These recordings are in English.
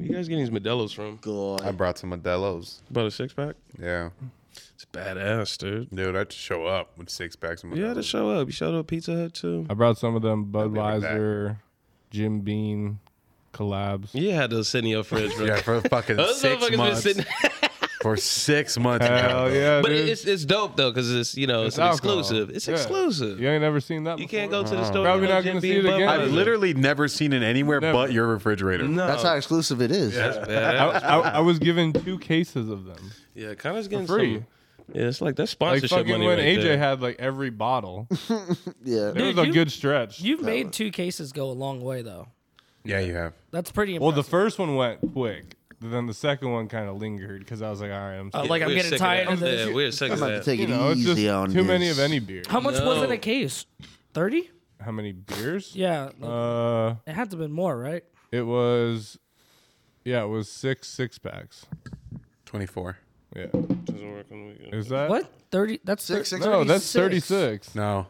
you guys getting these Modelo's from? God. I brought some Modelo's. About a six pack? Yeah, It's badass, dude. dude, I just show up with six packs of Modelo's. You had to show up. You showed up at Pizza Hut too. I brought some of them be back. Budweiser, Jim Bean collabs. You had to sit in your fridge, bro. yeah, for fucking Those motherfuckers six been months. sitting- for six months. now, Hell bro. yeah, but dude. it's it's dope though because it's you know it's, It's an alcohol. exclusive. It's Yeah. exclusive. you ain't never seen that. You before? can't go to the store. and Probably get not gonna Jim see Beam it again. Budweiser. I've literally never seen it anywhere Never. but your refrigerator. no. That's how exclusive it is. That's I, bad. I, I was given two cases of them. Yeah, Connor's getting free. Some, yeah, it's like that's Like sponsorship fucking money when right AJ there. had like every bottle. Yeah. It was Dude, a you- good stretch. You've made two cases go a long way though. Yeah, you have. That's pretty well, impressive. the first one went quick. Then the second one kind of lingered because I was like, all right, I'm. Uh, like I'm We're getting sick of tired that. of this. Yeah, we're sick I'm of about to that. take you it know, it's easy just on too many of this. any beer. How much was No. in a case? Thirty? How many beers? Yeah. Uh, it had to have been more, right? it was, yeah, it was six six packs. Twenty-four. Yeah, Doesn't work on the weekend. is that What? Thirty that's Six, thir- six, No, that's thirty 36. six. No,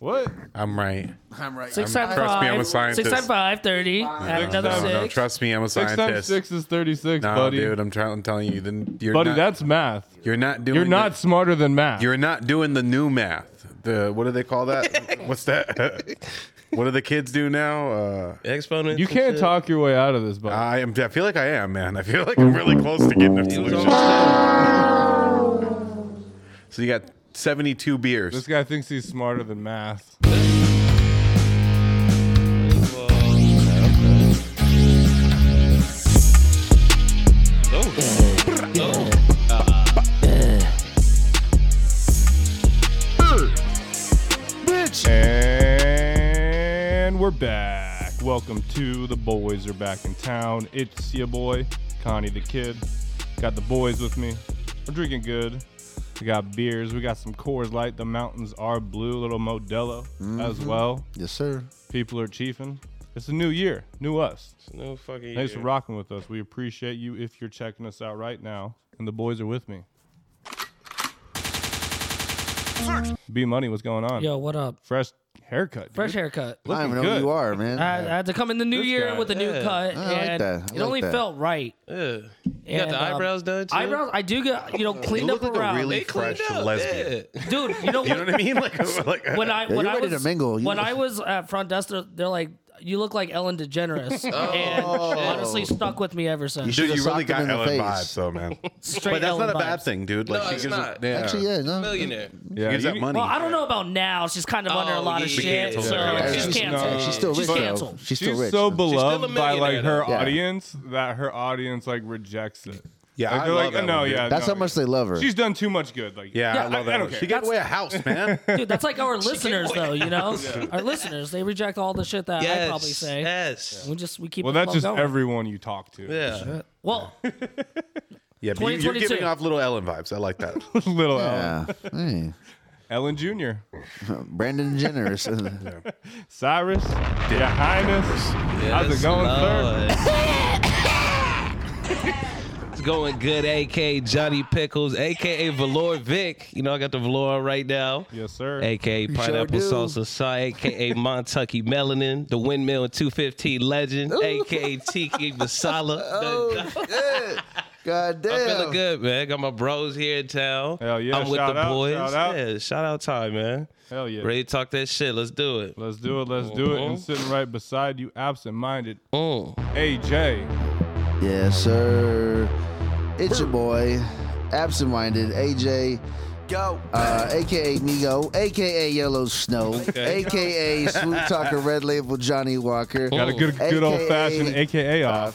What? I'm right. I'm right. Six times trust five. me, I'm a scientist. Six times five, 30. Add another No, six. no, trust me, I'm a Six times scientist. six is thirty six, no, buddy. dude, I'm trying. I'm telling you, then you're buddy, not, that's math. you're not doing. You're not The, smarter than math. you're not doing the new math. The what do they call that? What's that? what do the kids do now? Uh, Exponent. you can't talk your way out of this, buddy. I am. I feel like I am, man. I feel like I'm Mm-hmm. really close to getting a solution. So you got 72 beers. this guy thinks he's smarter than math. And we're back. Welcome to the boys are back in town. It's your boy, Connie the Kid. Got the boys with me. We're drinking good. We got beers. We got some Coors Light. The mountains are blue. Little Modelo as Mm-hmm. well. Yes, sir. People are chiefing. It's a new year, new us. No fucking. Thanks for year. rocking with us. We appreciate you if you're checking us out right now. And the boys are with me. B Money, what's going on? Yo, what up? Fresh haircut. Fresh dude. haircut. I don't even know good. who you are, man. I, I had to come in the new This year guy, with a new yeah. cut, I like and that. I it like only that. felt right. Yeah. You got And, the um, eyebrows done too. Eyebrows, I do get you know cleaned look up like a around, really- They cleaned Fresh up. lesbian. Yeah. dude. You know you know what? what I mean? Like, like When I Yeah, when you're I ready to was mingle. You- when I was at front desk, they're, they're like, "You look like Ellen DeGeneres," Oh. and honestly stuck with me ever since. dude, should've you really socked him got in the Ellen face. vibes, though, man. Straight but that's Ellen not a bad vibes. thing, dude. Like, No, she it's gives a- not. yeah. Actually, yeah, no. Millionaire. Yeah, She gives you- that money. Well, I don't know about now. She's kind of Oh, under a lot of yeah. shit, Canceled. so Yeah. she's She's- canceled. no. She's still She's rich, though. canceled. She's still She's rich. so though. still a beloved by like millionaire, her though. Yeah. audience that her audience like rejects it. Yeah, Like, I they're love like, that no, one, dude. yeah, That's no, how much they love her. She's done too much good. Like, yeah, I yeah, love I that. don't one. She care. gave away a house, man. Dude, that's like our listeners, though. You know, our listeners they reject all the shit that I Yes. probably say. Yes. We just we keep. well, the that's flow just going. everyone you talk to. Yeah. Well, yeah, but you- you're 2022. giving off little Ellen vibes. I like that. Little yeah. Hey. Ellen, Ellen Jr., Brandon Jenner's. Cyrus, Your Highness. How's it Yes, going, sir? Lord. it's going good, AK Johnny Pickles, aka Valor Vic. You know, I got the Valor right now. Yes, sir. AKA sure Pineapple do. Salsa Sai, AKA Montucky Melanin, the Windmill and 215 Legend, AKA Tiki Masala. good. God damn. I'm feeling good, man. Got my bros here in town. Hell yeah, I'm with shout the out, boys. shout out. Yeah, shout out time, man. Hell yeah. Ready to talk that shit. Let's do it. Let's do it. Let's do it. And sitting right beside you, absent-minded, Mm. AJ. Yes, sir. It's your boy, absent minded AJ. Go. Uh, AKA Migo, AKA Yellow Snow, AKA Swoop Talker Red Label Johnny Walker, Got a good, good AKA, old-fashioned AKA uh, off.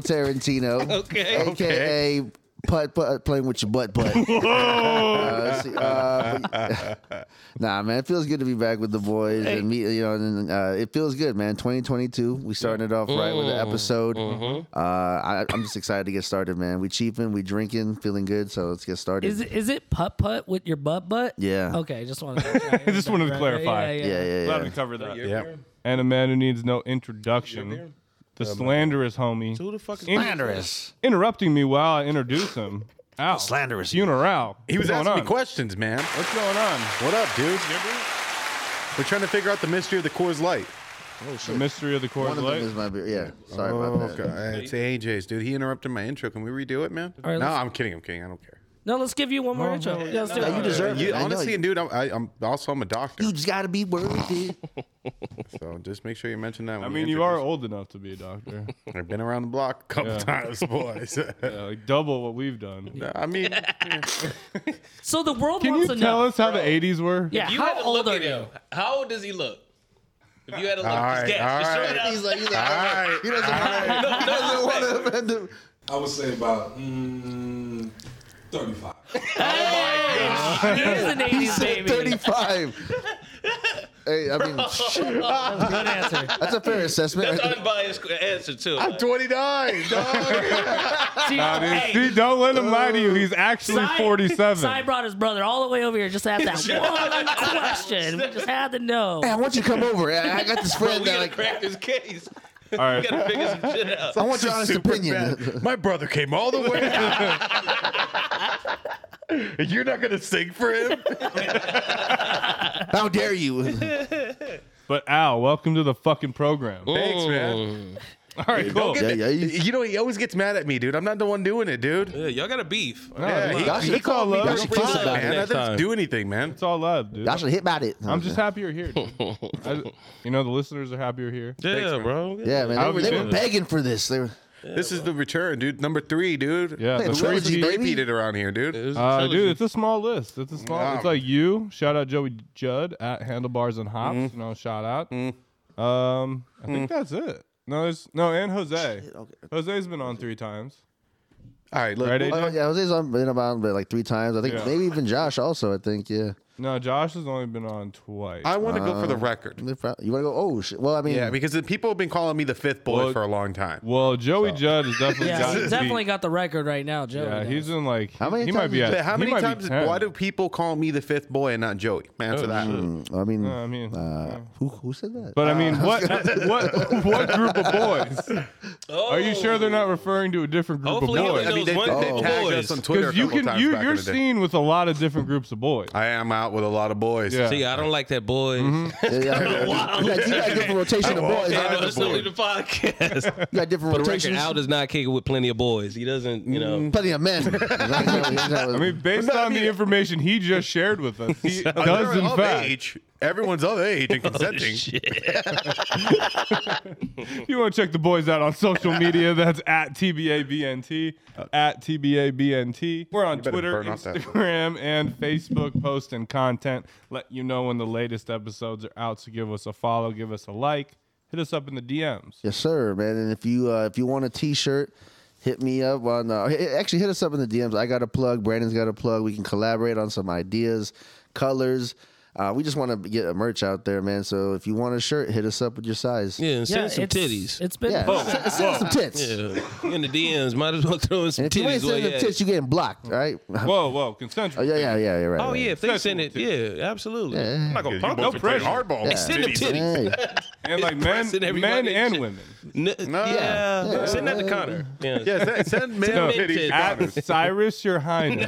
Tarantino, Okay. AKA Putt Putt Playing with Your Butt Putt. Uh, see, uh, but- nah, man, it feels good to be back with the boys and me. You know, and, uh, it feels good, man. 2022, we starting it off right with an episode. Uh-huh. Mm-hmm. Uh, I, I'm just excited to get started, man. We cheaping, we drinking, feeling good. So let's get started. is it, is it putt putt with your butt butt? Yeah. Okay, just wanted. To I just wanted to clarify. Yeah, yeah. yeah, yeah, Glad yeah. we covered that. yeah. And a man who needs no introduction, the slanderous homie. Who the fuck is In- Slanderous. interrupting me while I introduce him. Ow. Slanderous. Funeral. He was What's going asking me on? questions, man. What's going on? What up, dude? We're trying to figure out the mystery of the Coors Light. Oh The shit! mystery of the Coors One of them Light. is my beer. Yeah, sorry Oh, about that. God. It's AJ's, dude. He interrupted my intro. Can we redo it, man? right, no, let's- I'm kidding. I'm kidding. I don't care. No, let's give you one Oh, more intro. Yeah, let's do Yeah, it. you deserve You- it. I know honestly, you- dude, I'm, I, I'm also I'm a doctor, You just gotta be worthy. so just make sure you mention that. I mean, you are old enough to be a doctor. I've been around the block a couple Yeah. times, boys. Yeah, like double what we've done. I mean, So the world Can wants you to tell know. us how the 80s were? Yeah, You had how to old look are at you? him. How old does he look? If you had to look, All just right, guess. Just all throw it right. out. He's like, he's like, all right. he doesn't, he doesn't want to offend him. I would say about mm, 35. He is an 80s Said baby. 35. hey, I mean, shit, Good answer. that's a fair assessment. That's unbiased answer too. I'm 29. dog. See, hey, See, don't let him lie to you. He's actually Cy- 47. Cy brought his brother all the way over here just to ask that one question. We just had to know. Hey, I want you to come over. I, I got this Bro, friend we that gotta like. crack this case. All right. We gotta figure some shit out. I want your honest Super opinion. bad. My brother came all the way. out. And You're not gonna sing for him. How dare you? But Al, welcome to the fucking program. Thanks, man. All right, cool. Yeah, yeah, you- You know he always gets mad at me, dude. I'm not the one doing it, dude. Yeah, y'all got a beef. Yeah, he- Y'all should- he called y'all love. should It's kiss all- about it. Man, I Next didn't time. do anything, man. It's all love, dude. Y'all should hit about it. I'm just happy you're here. dude. I, you know, the listeners are happier here. Yeah, bro. Yeah, man. They, How were, we they were doing? begging for this. They were. This is the return, dude. Number three, dude. Yeah, Hey, the Trilogy, three baby. P- Repeated around here, dude. Uh, dude, it's a small list. It's a small. It's Wow. like you. Shout out Joey Judd at Handlebars and Hops. You know, shout out. Um, I think that's it. No, there's no and Jose. okay. Jose's been on three times. All right, look. Right, we'll- AJ? Oh, yeah, Jose's on, been about but like three times. I think Yeah. maybe even Josh also. I think yeah. No, Josh has only been on twice. I want to go for Uh, the record. They prob- You want to go? Oh shit. Well, I mean, Yeah, because the people have been calling me the fifth boy Well- for a long time. well, Joey Judd has definitely Yeah, got he's it definitely beat. got the record right now, Joe. Yeah, he's in like How many he might times be is at. But how he many might be times? 10. Why do people call me the fifth boy and not Joey? Oh, Answer that. mm, I mean, Uh, I mean, uh, who who said that? but I mean, what what what group of boys? Are you sure they're not referring to a different group Hopefully of he boys? only I mean, they, Those one- they Oh. tagged us boys. on Twitter. Because A you couple can times you back in you're the day. seen with a lot of different groups of boys. I am out with a lot of boys. Yeah. See, I Mm-hmm. don't like that boy. Yeah, yeah. you, got, you got different rotation of boys. Yeah, no, You let's not leave the podcast. got different For the record, rotations. Al does not kick it with plenty of boys. He doesn't, you know. Plenty of men. I I mean, based on the information he just shared with us, he Uh, does they're in of fact. age. Everyone's of age and Mm-hmm. consenting. You want to check the boys out on social media? That's at TBABNT, at TBABNT. We're on Uh, better Twitter, burn off that. Instagram, and Facebook post and content. Let you know when the latest episodes are out. So give us a follow, give us a like, hit us up in the DMs. Yes, sir, man. And if you uh, if you want a T-shirt, hit me up on. Uh, h- actually, hit us up in the DMs. I got a plug. Brandon's got a plug. We can collaborate on some ideas, colors. Uh, we just want to get a merch out there, man. So if you want a shirt, hit us up with your size. Yeah, and send some it's, titties. It's been Yeah, send- send us some tits. Yeah. In the DMs, might as well throw in some And if you titties. ain't Well, sending them yeah. tits, you getting blocked, all right? oh Whoa, whoa, consensual. yeah, yeah, yeah, yeah, right. Oh right. yeah, if they send it, yeah, absolutely. I'm not gonna You pump boys no are playing pressure. Hardball. Send them titties. Hey, And like men, Pressing men everybody and to- women. N- yeah. yeah. send that to Connor. Yeah. Yeah, send, send men No, titties. at Cyrus Your Highness.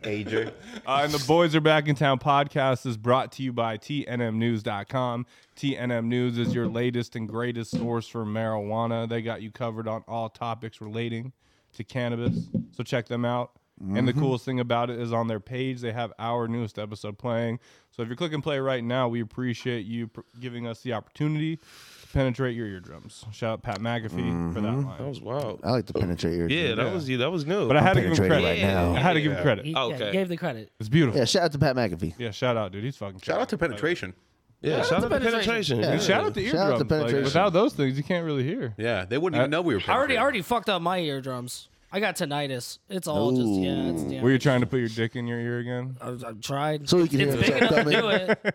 AJ. Uh, and the Boys Are Back in Town podcast is brought to you by TNMnews.com. TNM News is your latest and greatest source for marijuana. They got you covered on all topics relating to cannabis. So check them out. And the Mm-hmm. coolest thing about it is on their page, they have our newest episode playing. So if you're clicking play right now, we appreciate you pr- giving us the opportunity to penetrate your eardrums. Shout out Pat McAfee for that line. Mm-hmm. That was wild. I like to penetrate your. Yeah, that was you. That was new. but I had to give him penetrating credit. right now. I had to give him He, credit. yeah, Okay. he gave the credit. It's beautiful. Yeah, Yeah, shout out to Pat McAfee. shout out, dude. He's fucking Shout out to penetration. yeah, shout out to penetration. And shout out to Shout out eardrums. to penetration. Like, without those things, you can't really hear. Yeah, they wouldn't even know we were. I already penetrating. I already fucked up my eardrums. I got tinnitus. It's all just yeah. It's damn. Were you trying to put your dick in your ear again? I've, I've tried. So we can it's hear big himself enough to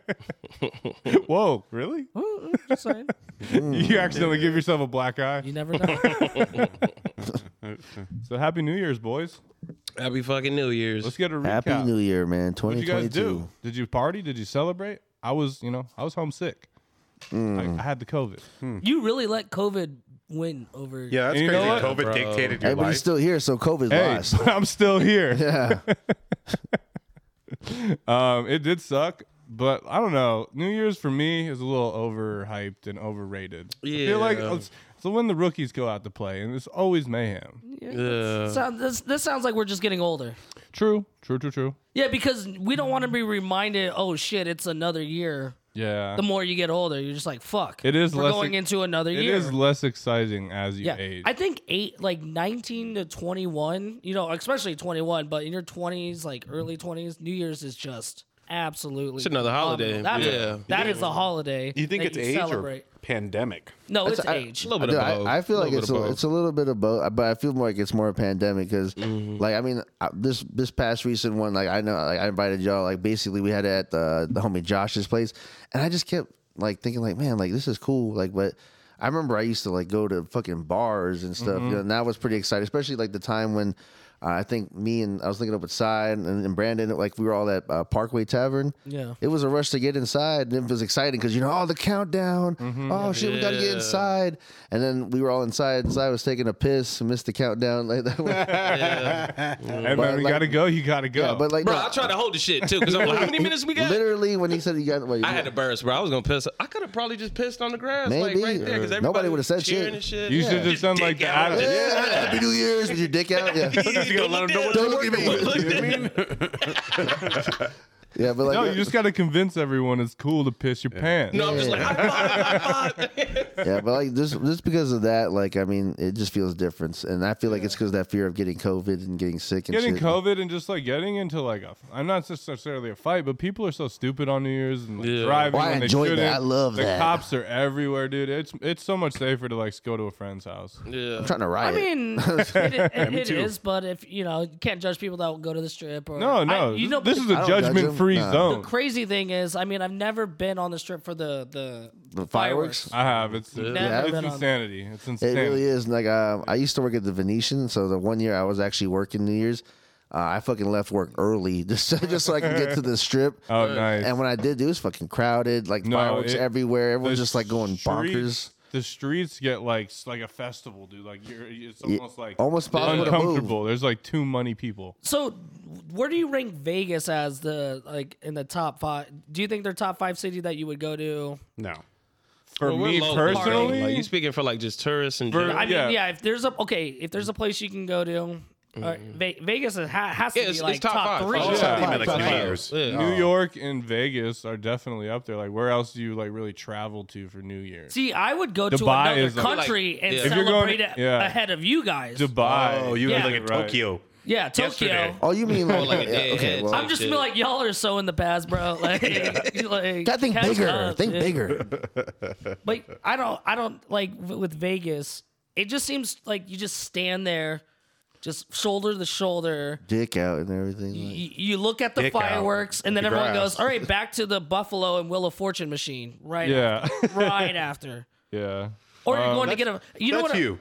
do coming. it. Whoa, really? Ooh, ooh, just saying. You accidentally give yourself a black eye. You never know. So happy New Year's, boys. Happy fucking New Year's. Let's get a recap. Happy New Year, man. What Twenty did you guys twenty do? two. Did you party? Did you celebrate? I was, you know, I was homesick. I, I had the COVID. you really let COVID win over. Yeah, that's And you crazy. know COVID dictated your life. Everybody's still here, so COVID's Hey, lost. I'm still here. Yeah. Um, it did suck, But I don't know. New Year's for me is a little overhyped and overrated. I feel like Yeah. it's, so when the rookies go out to play, and it's always mayhem. Uh, Sound, this, this sounds like we're just getting older. True, true, true, true. Yeah, because we don't want to be reminded, oh shit, it's another year. Yeah, The more you get older, you're just like, fuck. It is We're less going ex- into another it year. is less exciting as you yeah, age. I think eight, like 19 to 21, you know, especially 21, but in your 20s, like early 20s, New Year's is just absolutely. It's another holiday. phenomenal. That's Yeah. A, that is a holiday. You think it's that age celebrate. or pandemic? No, it's I- age. A little bit Dude, of I, both. I feel like Little it's bit a, of both. it's a little bit of both, but I feel more like it's more a pandemic because, Mm-hmm. like, I mean, uh, this this past recent one, like, I know, like, I invited y'all, like, basically, we had it at the the homie Josh's place, and I just kept like thinking, like, man, like, this is cool, like, but. I remember I used to like go to fucking bars and stuff, Mm-hmm. you know, and that was pretty exciting, especially like the time when uh, I think me and I was linking up with Side and, and Brandon, like we were all at uh, Parkway Tavern. Yeah. It was a rush to get inside and it was exciting because, you know, oh, the countdown. Oh, shit, we got to get inside. And then we were all inside. and I was taking a piss and missed the countdown. Like that was- hey man, you like- gotta go. You gotta go. yeah, but like, Bro, no, I tried to hold the shit too because I'm like, how many minutes we got? literally when he said he got, wait, I had to burst, bro. I was gonna piss. I could have probably just pissed on the grass, Maybe. like right there, because Nobody would've said shit. shit. you should just done like the out. Adam. yeah, happy New Year's with your dick out. Yeah. Don't look down. Don't look at me. yeah, but like, No, you just gotta convince everyone it's cool to piss your pants. No, I'm just like, high five, high five. yeah, but like just just because of that, like I mean, it just feels different, and I feel like it's because that fear of getting COVID and getting sick and getting shit. COVID and just like getting into like a, I'm not just necessarily a fight, but people are so stupid on New Year's and like, driving. Well, I when they enjoyed that. shouldn't. I love the that. cops are everywhere, dude. It's it's so much safer to like go to a friend's house. I'm trying to I riot. mean, it, it, it is, but if you know, you can't judge people that will go to the strip or No, no, I, this- you know, this is the a don't judge judgment free them. Nah. zone. crazy thing is, I mean, I've never been on the strip for the the, the fireworks. I have it's it's, Never it's been on- insanity. It's It insanity. really is. Like um, I used to work at the Venetian, so the one year I was actually working New Year's, uh, I fucking left work early just just so I could get to the strip. Oh, nice. And when I did, it was fucking crowded, like No, fireworks it- everywhere. Everyone's the just like going bonkers. streets- The streets get like s- like a festival, dude. Like you're, it's almost like Almost possible to move. uncomfortable. There's like too many people. So, where do you rank Vegas as the like in the top five? Do you think they're top five city that you would go to? No. For me personally, like, you speaking for like just tourists and For- I mean, Yeah. yeah. If there's a okay, if there's a place you can go to, uh, Ve- Vegas is, ha- has to Mm. Yeah, be it's- it's top like five. three. Oh, It's yeah. not even like Five, New five. Year's. New York and Vegas are definitely up there. Like, where else do you like really travel to for New Year's? See, I would go to Dubai another is a- country and yeah. If you're going- celebrate it yeah. ahead of you guys. Dubai. Oh, you were Yeah. like in Right. Tokyo. yeah, Tokyo. Yesterday. Oh, you mean like, like a yeah, dead okay? head. Well, I'm just feel like y'all are so in the past, bro. Like, like gotta think catch bigger. up, think dude. bigger. But I don't, I don't like w- with Vegas. It just seems like you just stand there, just shoulder to shoulder. Dick out and everything. Y- like- You look at the Mm. Dick out fireworks, and then the everyone grass. goes, "All right, back to the Buffalo and Wheel of Fortune machine." Right, Yeah. after, right after. yeah. Or you're going to get a. You know Um, That's what? I- you.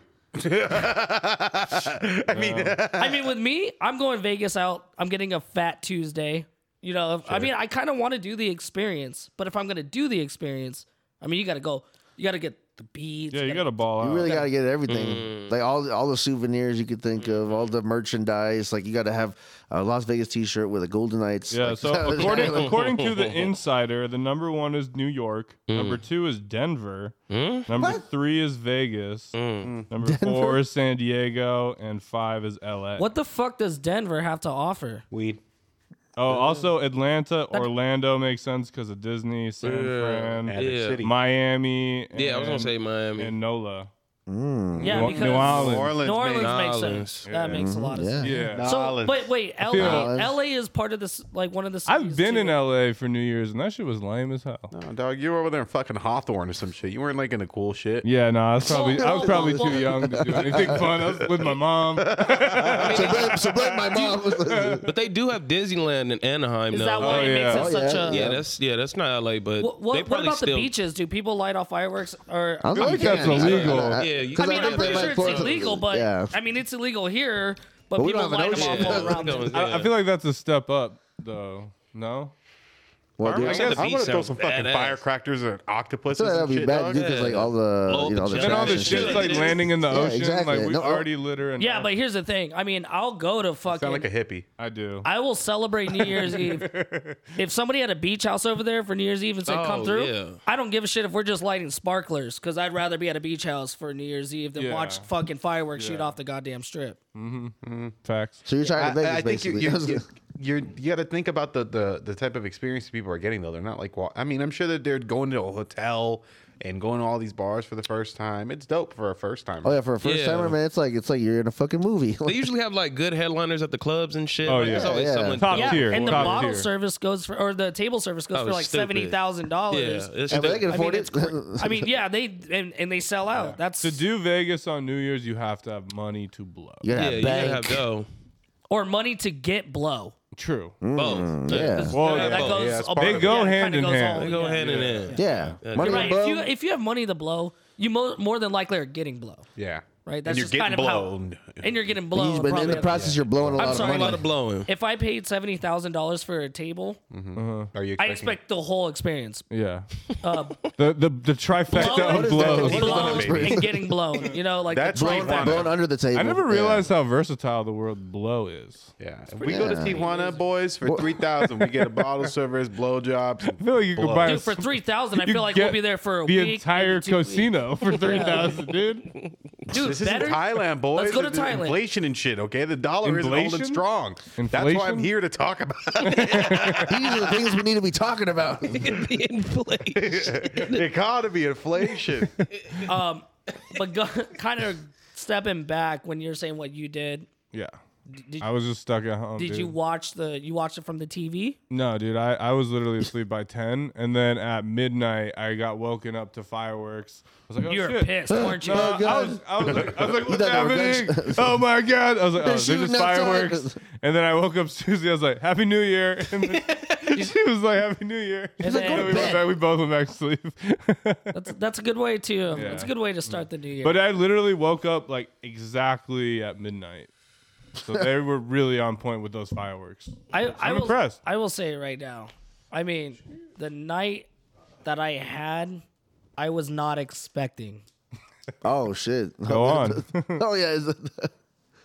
I mean, with me, I'm going Vegas out. I'm getting a Fat Tuesday. You know, if, I mean, I kind of want to do the experience, but if I'm going to do the experience, I mean, you got to go. You got to get the beads. Yeah, you got to ball out. You really got to get everything, like all all the souvenirs you could think of, all the merchandise. Like you got to have a Las Vegas T-shirt with a Golden Knights. yeah, like, so according, according to the insider, the number one is New York. Hmm. Number two is Denver. Number three is Vegas. Hmm. Number four is San Diego. And five is LA. What the fuck does Denver have to offer? Weed. Oh, also Atlanta, Orlando makes sense because of Disney, San Fran, And the Yeah. city. Miami. yeah, I was gonna and- say Miami. and NOLA. Yeah, New- because New Orleans. New Orleans makes Orleans. sense. That makes a lot of sense. Yeah. Nah. So, Orleans. but wait, LA, feel- LA is part of this, like one of the. I've cities, been too. in LA for New Year's and that shit was lame as hell. No, Uh, dog, you were over there in fucking Hawthorne or some shit. You weren't like into cool shit. Yeah, no, I was probably I was Well, probably well, too young to do anything fun. I was with my mom. so, blame, so blame my mom. but they do have Disneyland in Anaheim. Is though. that why Oh, it yeah. makes it Oh, yeah. such a? Yeah, that's yeah, that's not LA, but they What, what, what probably about still. the beaches? Do people light off fireworks or? I like that's illegal. Yeah, you- I mean, I'm pretty sure it's Portland- illegal, but yeah. I mean, it's illegal here, but, we people don't have light an them off ocean. all around. Yeah. it. I, I feel like that's a step up though. No? Well, dude, I I guess the I'm gonna beach throw sounds some fucking badass. firecrackers and octopuses and feel like that'd be shit, bad dog. because like all the Blow you know all the up the And all trash this and shit's shit. like landing in the ocean. exactly. Like we No, I- already litter and Yeah, but here's the thing. I mean, I'll go to fucking. Sound like a hippie. I do. I will celebrate New Year's Eve. If somebody had a beach house over there for New Year's Eve and said, "Come Oh, through," yeah. I don't give a shit if we're just lighting sparklers because I'd rather be at a beach house for New Year's Eve than Yeah. watch fucking fireworks shoot off the goddamn strip. Facts. So you're trying to Vegas, I, I think you, basically. you, you, you're, you got to think about the, the the type of experience people are getting though. They're not like, wa- I mean, I'm sure that they're going to a hotel and going to all these bars for the first time. It's dope for a first time. oh yeah, for a first Yeah. timer, man, it's like it's like you're in a fucking movie. They usually have like good headliners at the clubs and shit. Oh, Like, yeah. There's always Yeah. someone Top dope. yeah, tier. and the top bottle tier. service goes for, or the table service goes Oh, for like stupid. seventy thousand dollars. Yeah, it's if they stupid. can I mean, afford it's it, cr- I mean, yeah, they and, and they sell out. That's To do Vegas on New Year's, you have to have money to blow. you yeah, gotta you have gotta bank. have dough. or money to get blow. True. Hmm? Both. Mm, yeah. It's- Well, yeah, that both. goes yeah, it's above- They go yeah, it hand kinda in goes hand. all- They go yeah. hand in hand. yeah, money You're and right. If you blow. if you have money to blow, you mo- more than likely are getting blow. yeah. Right. and That's you're just getting kind of how- blown. and you're getting But blown. you- but in probably the at- process, you're blowing a lot sorry, of A lot money. of blowing. If I paid seventy thousand dollars for a table, Mm. Are you I expecting? expect the whole experience: Yeah. the the the trifecta Uh, Blow- of blows. What is blown that experience? and getting blown. You know, like That's the like blown that- factor. Blown under the table. I never Yeah. realized how versatile the word blow is. yeah. If we go to Tijuana, boys, for Well- 3000 we get a bottle service, blowjobs. I feel like you could buy a Dude, for s- three thousand, I you feel like get we'll be there for a the week. entire maybe two weeks. casino for three thousand, dude. Dude, This better- isn't Thailand, boys. Let's go to There's Thailand. Inflation and shit, okay? The dollar is holding Inflation? strong. That's why I'm Inflation? here to talk about These are the things we need to be talking about. the economy, inflation. But go, kind of stepping back when you're saying what you did. Yeah. did- I was just stuck at home. Did dude. you watch the? You watched it from the TV? No, dude, I, I was literally asleep by ten, and then at midnight I got woken up to fireworks. I was like, oh you were shit. pissed, weren't you? Uh, I Oh, God. was, I was like, I was like You what's thought they were happening? Oh my god! I was like, oh, there's shooting just outside. fireworks. And then I woke up Susie. I was like, Happy New Year! And then she was like, Happy New Year! And then- we, went back, we both went back to sleep. That's that's a good way to. That's a good way to start the new year. but I literally woke up like exactly at midnight. So they were really on point with those fireworks. I, I I'm will, impressed. I will say it right now. I mean, the night that I had, I was not expecting. Oh shit! Go on. oh yeah. it's-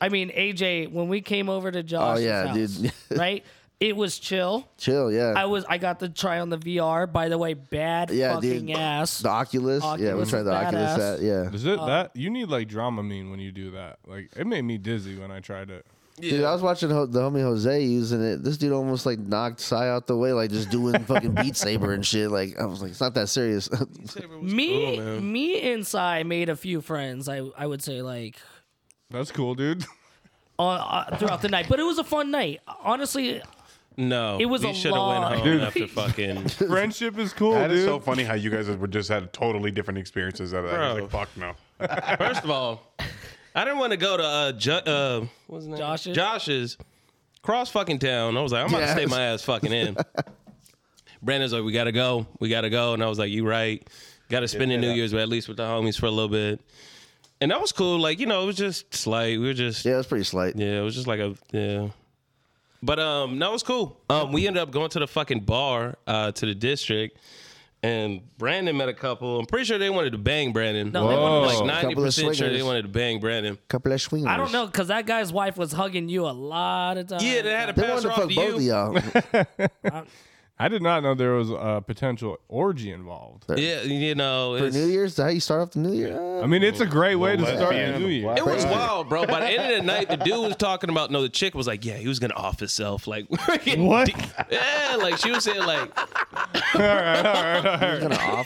I mean, AJ, when we came over to Josh's Oh, yeah, house, dude. right? It was chill. Chill. Yeah. I was I got to try on the VR. By the way, bad yeah, fucking dude. ass. The Oculus. Yeah, we Oculus tried the is badass. Oculus. At, yeah. Is it that you need like Dramamine when you do that? Like it made me dizzy when I tried it. Dude, I was watching ho- the homie Jose using it. This dude almost like knocked Psy out the way, like just doing fucking Beat Saber and shit. Like I was like, it's not that serious. me, me and Cy made a few friends. I I would say like That's cool, dude. on, uh, throughout the night, but it was a fun night. Honestly, No, It was we a shoulda lot. went home Dude. after fucking. Friendship is cool, That dude. is so funny how you guys would just had totally different experiences out of that. I was Bro. like, fuck no. First of all, I didn't want to go to uh, Ju- uh what's his name? Josh's? Josh's cross fucking town. I was like, I'm about Yes. to stay my ass fucking in. Brandon's like, we gotta go, we gotta go, and I was like, you right, gotta spend the New Year's, but at least with the homies for a little bit, and that was cool. Like you know, it was just slight. We were just yeah, it was pretty slight. yeah, it was just like a yeah. But um, no, it was cool. Um, we ended up going to the fucking bar uh to the district, and Brandon met a couple. I'm pretty sure they wanted to bang Brandon. No, they wanted like Whoa. ninety Couple of percent sure they swingers. wanted to bang Brandon. Couple of swingers. I don't know because that guy's wife was hugging you a lot of times. Yeah, they had to They pass wanted her to off to fuck both of you. y'all. I did not know there was a potential orgy involved. Yeah, you know, For it's, New Year's, is that how you start off the New Year? I mean, it's a great way to Well, start the lesbian. new year. Wow. it was wild, bro. By the end of the night, the dude was talking about no. The chick was like, "Yeah, he was gonna off himself." Like, we're getting What? deep. Yeah, like she was saying, like, He's gonna off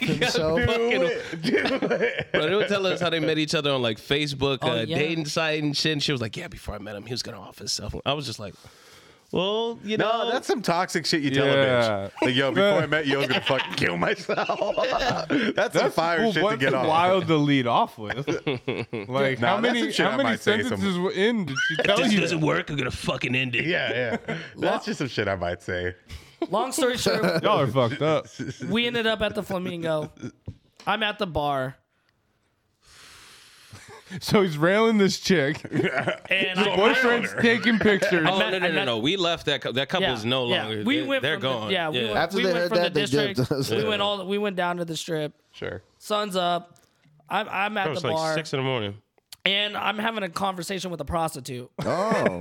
himself. Bro, they would tell us how they met each other on like Facebook, Oh, uh, yeah. dating site and shit. And she was like, "Yeah, before I met him, he was gonna off his cell phone." I was just like, "Well, you know, No, that's some toxic shit you tell Yeah. a bitch. Like, yo, before I met you, I was gonna fucking kill myself. that's, some fire Well, shit to what's get off. wild to lead off with? Like Nah, how that's many some shit I how many might say sentences were in did she tell this you? doesn't work. I'm gonna fucking end it." Yeah, yeah. That's just some shit I might say. Long story short, Y'all are fucked up. we ended up at the Flamingo. I'm at the bar. So he's railing this chick. And His I- I- boyfriend's taking pictures. Oh no met- no I no met- no! We left that. cou- That couple's Yeah, no yeah. longer. We they, went they're from the- gone. yeah, we went, After we they went heard from that, the they dipped district. us. We went all. The, we went down to the strip. Sure. Sun's up. I'm, I'm at It was the like bar six in the morning. and I'm having a conversation with a prostitute. Oh,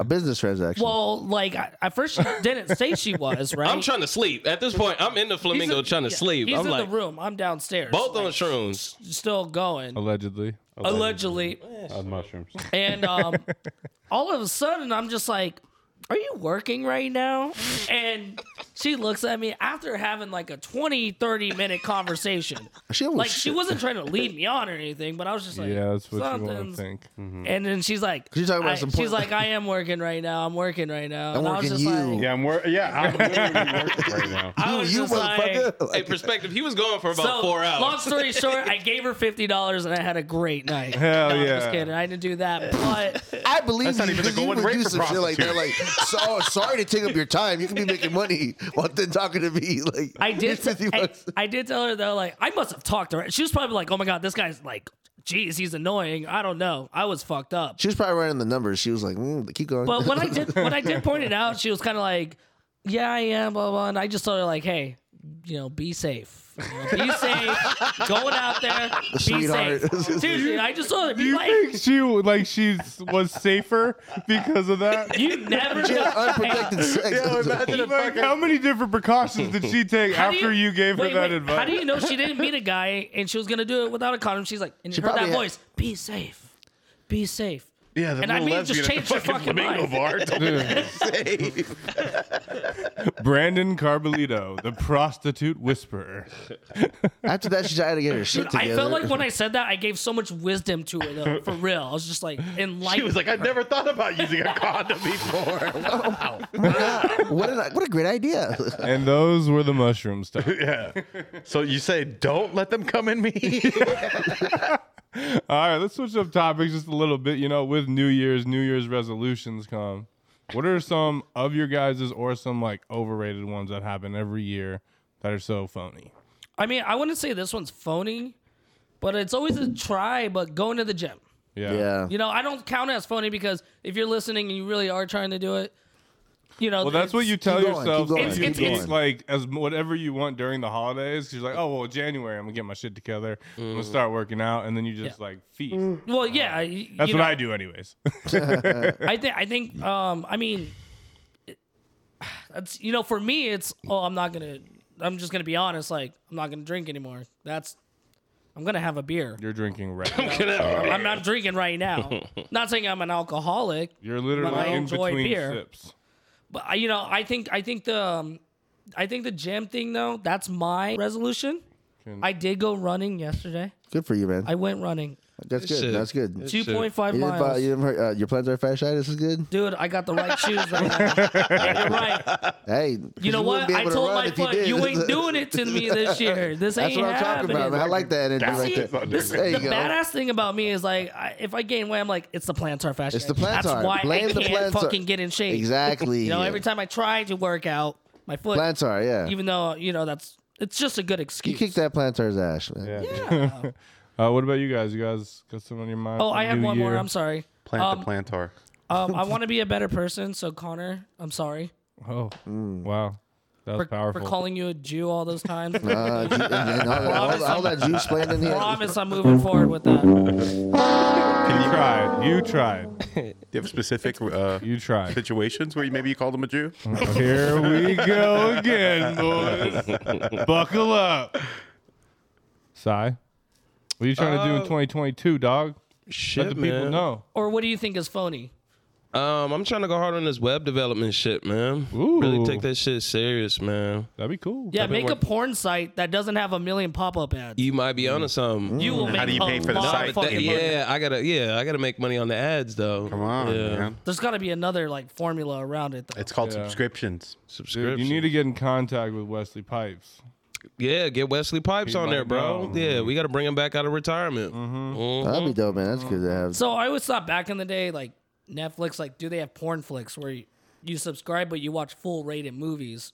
a business transaction. Well, like I, at first she didn't say she was right. I'm trying to sleep. At this point, I'm in the He's flamingo in- trying to yeah, sleep. He's I'm in like the room. I'm downstairs. both on shrooms. still going Allegedly. Uh, allegedly, On mushrooms. and um, all of a sudden I'm just like, "Are you working right now?" And she looks at me after having like a 20, 30 minute conversation. she almost like she wasn't trying to lead me on or anything, but I was just like, Yeah, that's what you want to "Something's think. And then she's like, She's talking about I- some she's point- like, I am working right now. I'm working right now. I'm and I working was just you. like, Yeah, I'm wor- yeah, I'm literally working right now. I was you just like, motherfucker. Hey, perspective. He was going for about so, four hours. Long story short, I gave her fifty dollars and I had a great night. Hell no, I'm yeah. just kidding. I didn't do that, but I believe That's not you even the because you going would rate do for some shit like that. Like, so sorry to take up your time. You can be making money while then talking to me. Like, I did. here's 50 I, bucks. I did tell her though, like I must have talked to her. She was probably like, "Oh my god, this guy's like, jeez, he's annoying." I don't know. I was fucked up. She was probably running the numbers. She was like, mm, keep going. But when I did, when I did point it out, she was kind of like, "Yeah, I am." Blah blah. And I just told her like, "Hey, you know, be safe. You know, be safe. Going out there, be Sweetheart. safe." Seriously, I just told her, Do "Be you like, think she like she was safer because of that? you never she had know." unprotected sex. Like, how many different precautions did she take How do after you, gave her wait, that wait, advice? How do you know she didn't meet a guy and she was gonna do it without a condom? She's like, and you heard that probably had- voice. Be safe. Be safe. Yeah, the And I little mean, just lesbian at change the your fucking, fucking flamingo mind. bar told me to say. Brandon Carbolito, the prostitute whisperer. After that, she tried to get her shit I together. felt like when I said that, I gave so much wisdom to her though, for real. I was just like He enlightened. was like, I never thought about using a condom before. Wow. what, an, what a great idea. And those were the mushrooms. Tom. yeah. So you say, don't let them come in me. All right, let's switch up topics just a little bit. You know, with New Year's, New Year's resolutions come. What are some of your guys's or some like overrated ones that happen every year that are so phony? I mean, I wouldn't say this one's phony, but it's always a try. But going to the gym, Yeah. yeah. you know, I don't count it as phony because if you're listening and you really are trying to do it, you know, Well, that's what you Keep tell going, yourself. keep going, when It's- you it's- eat, it's- like as whatever you want during the holidays. 'cause You're like, oh well, January, I'm gonna get my shit together. I'm gonna start working out, and then you just Mm. Yeah. like feast. Mm. Well, yeah, y- That's you what know, I do, anyways. I think I think um I mean it- that's you know for me it's oh I'm not gonna I'm just gonna be honest like I'm not gonna drink anymore that's I'm gonna have a beer You're drinking right. I'm not drinking right now not saying I'm an alcoholic You're literally But I in enjoy between beer. sips. but I- you know I think I think the um, I think the gym thing though that's my resolution I did go running yesterday Good for you, man. I went running That's good. Shit. That's good. You 2.5 didn't buy, you miles didn't hurt, uh, your plantar fasciitis is good? dude I got the right shoes right now And you're right Hey. You know wouldn't what? be I able to told run my if you foot, did. you, ain't doing it to me this year. This That's ain't what I'm talking happening. about, man. I like that energy See, right there. this- there you the go. badass thing about me is like, I, if I gain weight, I'm like, it's the plantar fasciitis. It's the That's plantar. why Blame I the can't plantar. fucking get in shape. Exactly. You know, every time I try to work out, my foot, Plantar, yeah. even though you know that's, it's just a good You excuse. kicked that plantar's ass, man. Yeah. Uh, what about you guys? You guys got something on your mind? Oh, for I have New one more. Year? I'm sorry. Plant Um, the plantar. Um, I want to be a better person. So Connor, I'm sorry Oh, Mm. wow, that was for, for powerful. calling you a Jew all those times. Uh, ju- and then all, that- all, all that juice playing in here. Promise, I'm moving forward with that. you tried. You tried. Do you have specific uh, You tried. situations where you, maybe you called him a Jew? Here we go again, boys. Buckle up. Sigh. What are you trying to do in 2022, dog? Shit, Let the people man. know. Or what do you think is phony? Um, I'm trying to go hard on this web development shit, man. Ooh. Really take that shit serious, man. That'd be cool. Yeah, been make a working- porn site that doesn't have a million pop-up ads. You might be Mm. onto something. You will make do you a pay for the lot site? of But that- fucking money. yeah, I gotta. Yeah, I gotta make money on the ads though. Come on, yeah. man. There's got to be another like formula around it. Though. It's called Yeah. subscriptions. Subscription. Dude, you need to get in contact with Wesley Pipes. yeah, get Wesley Pipes He on there, might bro. know. Yeah, we gotta bring him back out of retirement. Mm-hmm. That'd be dope, man. That's good to have. So I always thought back in the day, like Netflix, like do they have porn flicks where you, you subscribe but you watch full rated movies?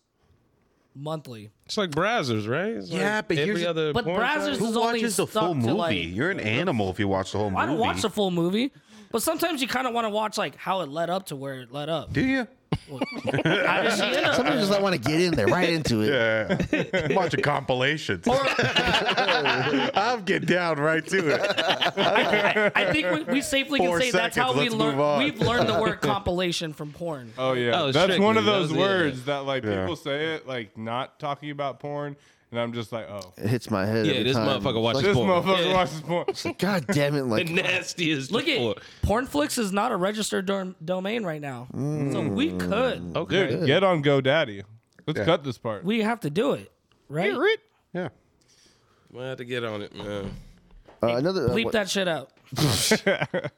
monthly. It's like Brazzers, right? It's Yeah, like but here's- every other But porn Brazzers site. is Who only watches the stuck full to, movie? like- You're an animal if you watch the whole movie. I don't watch the full movie, but sometimes you kind of want to watch like how it led up to where it led up. Do you? How did she end up Sometimes just I want to get in there, right into it. Yeah. watch a compilation. I'll get down right to it. I, I think we, we safely Four can say that's how seconds, we let's move on. learn. We've learned the word compilation from porn. Oh yeah, Oh, that's shit, one of dude. That those was the- words that like Yeah. people say it like not talking about porn, and I'm just like, oh, It hits my head. Yeah, every this time. motherfucker watches this porn. motherfucker Yeah. watches porn. It's like, God damn it! The Like nastiest. Look at porn. Pornflix is not a registered dorm, domain right now, so Mm. we could, Okay. Dude, get on GoDaddy. Let's Yeah. cut this part. we have to do it, right? Yeah. We'll have to get on it, man. uh, another. Uh, Bleep what- that shit out.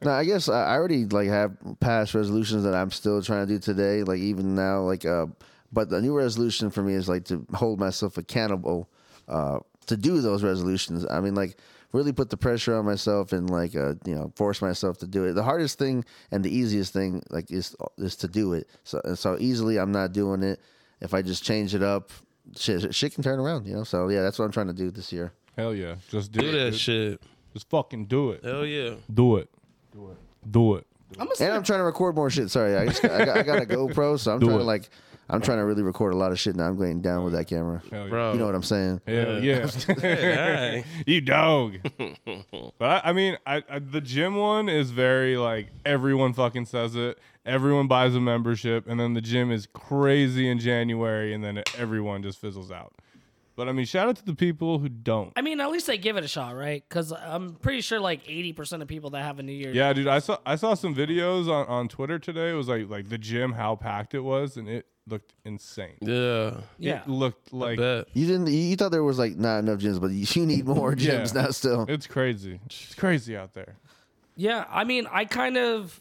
No, I guess I I already like have past resolutions that I'm still trying to do today. Like even now, like uh, but the new resolution for me is like to hold myself accountable, uh, to do those resolutions. I mean, like really put the pressure on myself and like uh, you know force myself to do it. The hardest thing and the easiest thing like is is to do it. So and so easily I'm not doing it. If I just change it up, shit, shit can turn around. You know. So yeah, that's what I'm trying to do this year. Hell yeah, just do, Do it. that dude. shit. Just fucking do it. Hell yeah. Do it. Do it. I'm gonna And say, I'm trying to record more shit. Sorry, I, just, I, got, I got a GoPro, so I'm trying it. to like, I'm trying to really record a lot of shit now. I'm going down with that camera. Bro. You know what I'm saying? Hell yeah. Alright. you dog. but I, I mean, I, I the gym one is very like everyone fucking says it. Everyone buys a membership, and then the gym is crazy in January, and then everyone just fizzles out. But I mean, shout out to the people who don't. I mean, at least they give it a shot, right? Because I'm pretty sure like 80% of people that have a New Year's. Yeah, dude, I saw I saw some videos on, on Twitter today. It was like like the gym, how packed it was, and it looked insane. Yeah. yeah. It looked like Bet. You didn't? You thought there was like not enough gyms, but you need more Yeah. gyms now. Still, it's crazy. It's crazy out there. Yeah, I mean, I kind of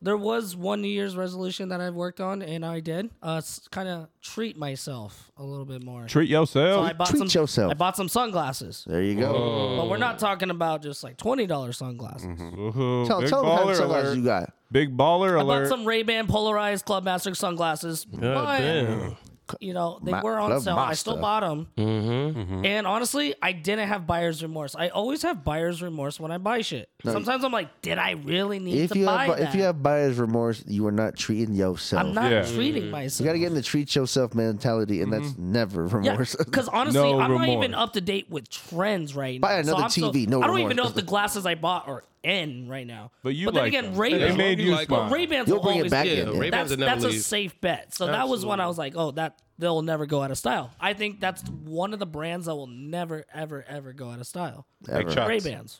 there was one New Year's resolution that I've worked on, and I did uh, kind of treat myself a little bit more. Treat So yourself. I bought Treat some. yourself. I bought some sunglasses, there you go. but we're not Oh. talking about just like twenty dollars sunglasses. Woohoo. Tell, Big tell them how baller many sunglasses alert. you got. Big baller I bought alert. some Ray Ban polarized Clubmaster sunglasses, God but damn. you know they Ma- were on Club sale. I still Master. Mm-hmm. bought them, Mm-hmm. and honestly, I didn't have buyer's remorse. I always have buyer's remorse when I buy shit. Sometimes I'm like, did I really need If to you buy have, bu- that? if you have buyer's remorse, you are not treating yourself. I'm not Yeah. treating myself. Mm-hmm. you got to get in the treat yourself mentality, and that's Mm-hmm. never Yeah, remorse. because honestly, No I'm not remorse. even up to date with trends right now. Buy another I'm still- TV, no I don't remorse. even know if the glasses I bought are N right now. But you but then like again, them. Ray They Bans. made you Like, smile. Ray Bans You'll will bring it always back be- in. Yeah, Ray- Bans That's, will never that's a leave. safe bet. So that was when I was like, oh, that they'll never go out of style. I think that's one of the brands that will never, ever, ever go out of style. Like Chucks. Ray Bans,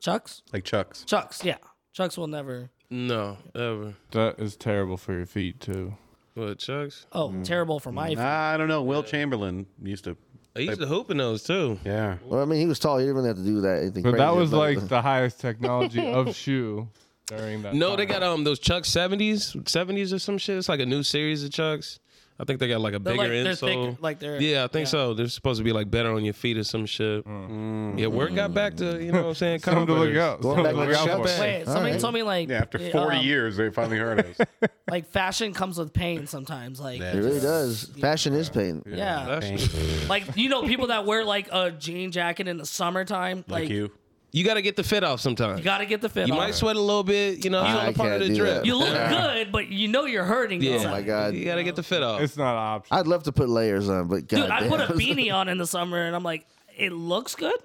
Chucks, Like Chucks. Chucks, yeah, Chucks will never. No, ever. that is terrible for your feet too. What, Chucks? Oh, terrible for my. I don't know. Will Chamberlain used to. I used to hoop in those too. Yeah. well, I mean, he was tall. He didn't really have to do that. Anything. But that crazy, was but- like the highest technology of shoe during that. No, time. they got um those Chuck seventies, seventies or some shit. It's like a new series of Chucks. I think they got like a They're bigger like- they're insole. thicker, like they're- yeah, I think so. They're supposed to be like better on your feet or some shit. Mm. Yeah, word got back to you know what I'm saying. Something to look Converse. out. Going Something back to with look out Chucks. for. Wait, somebody right. told me like Yeah, after 40 um, years, they finally heard us. like fashion comes with pain sometimes. Like It really does. Fashion is pain. yeah. That's- Like you know, people that wear like a jean jacket in the summertime, like, Thank you. you. you got to get the fit off sometimes. You, gotta get the fit. on. might sweat a little bit. You know, you I on a part can't of the do drip. that. You look good, but you know you're hurting. Yeah. inside. Oh My God. You got to get the fit off. It's not an option. I'd love to put layers on, but God dude, I put a beanie on in the summer, and I'm like, it looks good,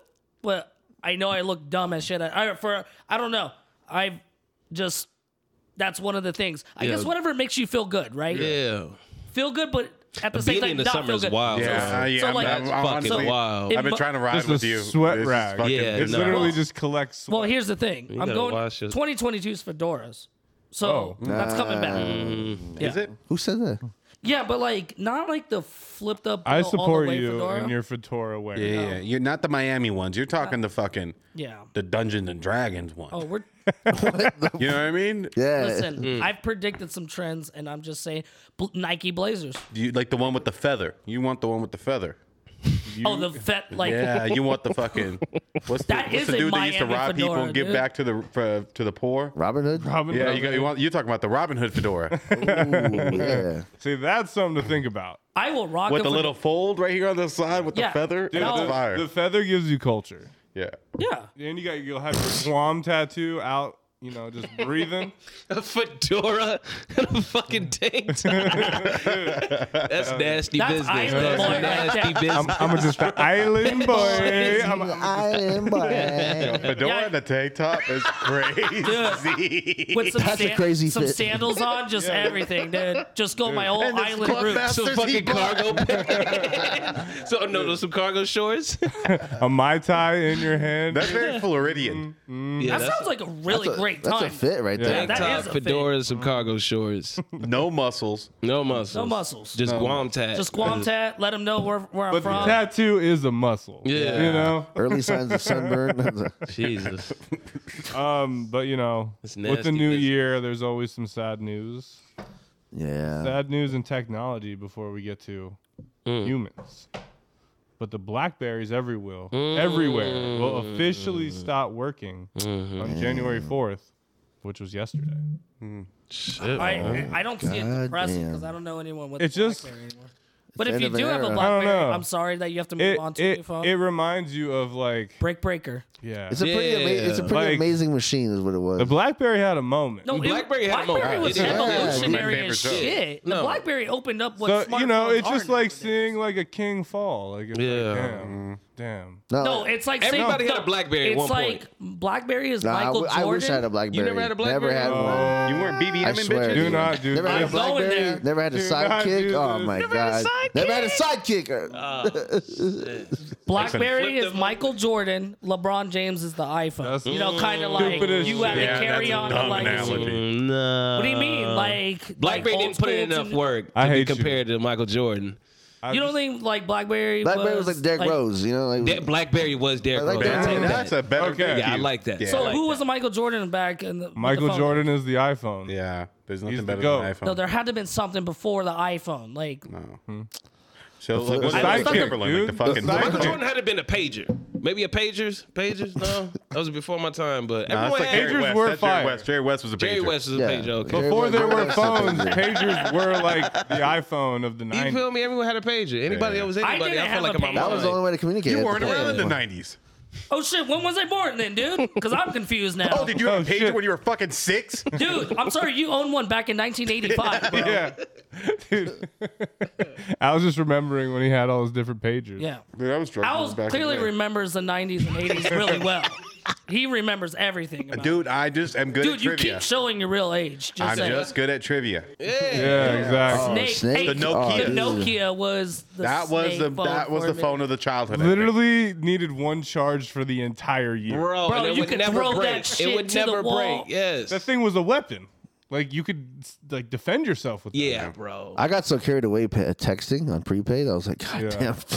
but I know I look dumb as shit. I, I for I don't know. I've just that's one of the things. I Yeah. guess whatever makes you feel good, right? yeah, Feel good, but at the being same time, in the not summer feel is good. wild. Yeah, uh, man. yeah. So, I'm, like- I'm, That's I'm fucking honestly- wild. I've been It trying to ride Just a with you. sweat This is rag. fucking- Yeah, It no. literally just collects. Sweat. Well, here's the thing. I'm gotta going wash it. 2022 is fedoras. So that's coming back. Mm. Yeah. Oh. Is it? Who said that? Yeah, but like not like the flipped up. I all the support way you fedora. in your fedora wear. Yeah, yeah. You're not the Miami ones. You're talking the fucking Yeah. the Dungeons and Dragons one. Oh, we're You know what I mean? Yeah. listen. Mm. I've predicted some trends, and I'm just saying bl- Nike Blazers. You like the one with the feather. You want the one with the feather. you, Oh, the vet like yeah, you want the fucking what's the, what's That the is a dude that used to Miami rob people fedora, and give dude. back to the uh, to the poor? Robin Hood. Robin Yeah, Hood. you, got, you want you're talking about the Robin Hood fedora Ooh, yeah. See, that's something to think about. I will rock with it the for little fold right here on the side with Yeah. the feather. Dude, That's the- fire. The feather gives you culture. yeah, yeah. Then you got you'll have your Guam tattoo out, you know, just breathing. a fedora and a fucking tank top. That's nasty That's business. Iron That's Boy right nasty there. business. I'm, I'm just an island boy. I'm a- Iron boy. fedora Yeah. and a tank top is crazy. With some That's a san- crazy some fit. sandals on, just everything, dude. Just go my whole island route. some fucking cargo pants. so no, no, some cargo shorts. a mai tai in your hand. That's very Floridian. Yeah, Mm, That sounds like a really great That's time. a fit right tank there. that top, is a thing. fedoras, some cargo shorts, No muscles. no muscles, No muscles. just Guam tat, Just Guam tat. Let them know where, where I'm But the from. tattoo is a muscle. Yeah. You know? Early signs of sunburn. Jesus, Um, but you know, It's with the nasty new business. year, there's always some sad news. yeah. Sad news in technology before we get to Hmm. humans. But the blackberries everywhere, Hmm. everywhere will officially stop working Mm-hmm. on January 4th, which was yesterday. I, I don't see it God depressing damn. because I don't know anyone with It's a just- BlackBerry anymore. But if end you of an do have era. a I don't BlackBerry, know. I'm sorry that you have to move It, on to your it, phone. it reminds you of like, Break breaker. yeah. It's a pretty, ama- it's a pretty Like- amazing machine, is what it was. The blackberry had a moment. No, it- BlackBerry had a BlackBerry moment. was It did. evolutionary Yeah. as My favorite show. shit. The No. BlackBerry opened up what So, you know, smartphones it's are just like nowadays. seeing like a king fall. Like, it's Yeah. like Mm-hmm. damn, damn. no, No, it's like Everybody saying, had a BlackBerry at It's one like Blackberry is nah, I Michael w- I, Jordan. wish I had a BlackBerry. never had a Never Blackberry? had Oh. one. Oh, You weren't BBM I and swear. bitches. do not do Never had a I'm that. going BlackBerry. there. Never had a Do not do sidekick. Oh this. my Never god. Never had a sidekick. Blackberry Flip is them. Michael Jordan. LeBron James is the iPhone. That's you know, kind of like stupid as you have shit. to carry on the legacy. analogy. No. What do you mean? Like Uh, BlackBerry like old didn't put in school enough to- work to I be hate you. compared to Michael Jordan. I You don't just- think like Blackberry? BlackBerry was like Derrick Rose. You know, like Da- BlackBerry was Derrick Mm. I like Rose. I'll that. take Yeah, That's a better. Okay. thank yeah, I you. like that. Yeah. So I like who that. was the Michael Jordan back in the with the Michael phone? Jordan is the iPhone. Yeah, there's He's the nothing better goat. than an iPhone. No, there had to have been something before the iPhone. Like So like, what's sidekick, the Timberland, dude. like the fucking The sidekick. Michael Jordan had to been a pager. Maybe a pagers? Pagers? No. that was before my time, but Nah, that's everyone like had Jerry Pagers West. were That's fire. Jerry West. Jerry West was a Jerry pager. West was a Yeah. pager. Okay. Jerry Before there were Everyone- phones, pagers were like the iPhone of the You feel 90s. me? Everyone had a pager. Anybody Yeah. that was I anybody, I, didn't feel like in have a my pager. that was the only way to communicate. You at the weren't time. around in the '90s. oh shit, when was I born then, dude? Because I'm confused now. Oh, did you have a Oh, pager shit. when you were fucking six? dude, I'm sorry, you owned one back in 1985. Bro. Yeah. Dude. I was just remembering when he had all his different pagers. yeah. Dude, I was drunk. Owls clearly remembers the 90s and 80s really well. He remembers everything. About Dude, I just am good Dude, at you trivia. keep showing your real age. Just I'm saying. just good at trivia. Yeah, exactly. Snake, Snake. Oh, eight- The Nokia. the Nokia was the That was snake the phone that was for the me. phone of the childhood. I Oh. think. Literally needed one charge for the entire year. Bro, Bro, and it you would could never throw that break. shit it would to the never wall. break. Yes. That thing was a weapon. Like you could like defend yourself with. that. yeah, bro. I got so carried away pa- texting on prepaid. I was like, God Yeah. damn.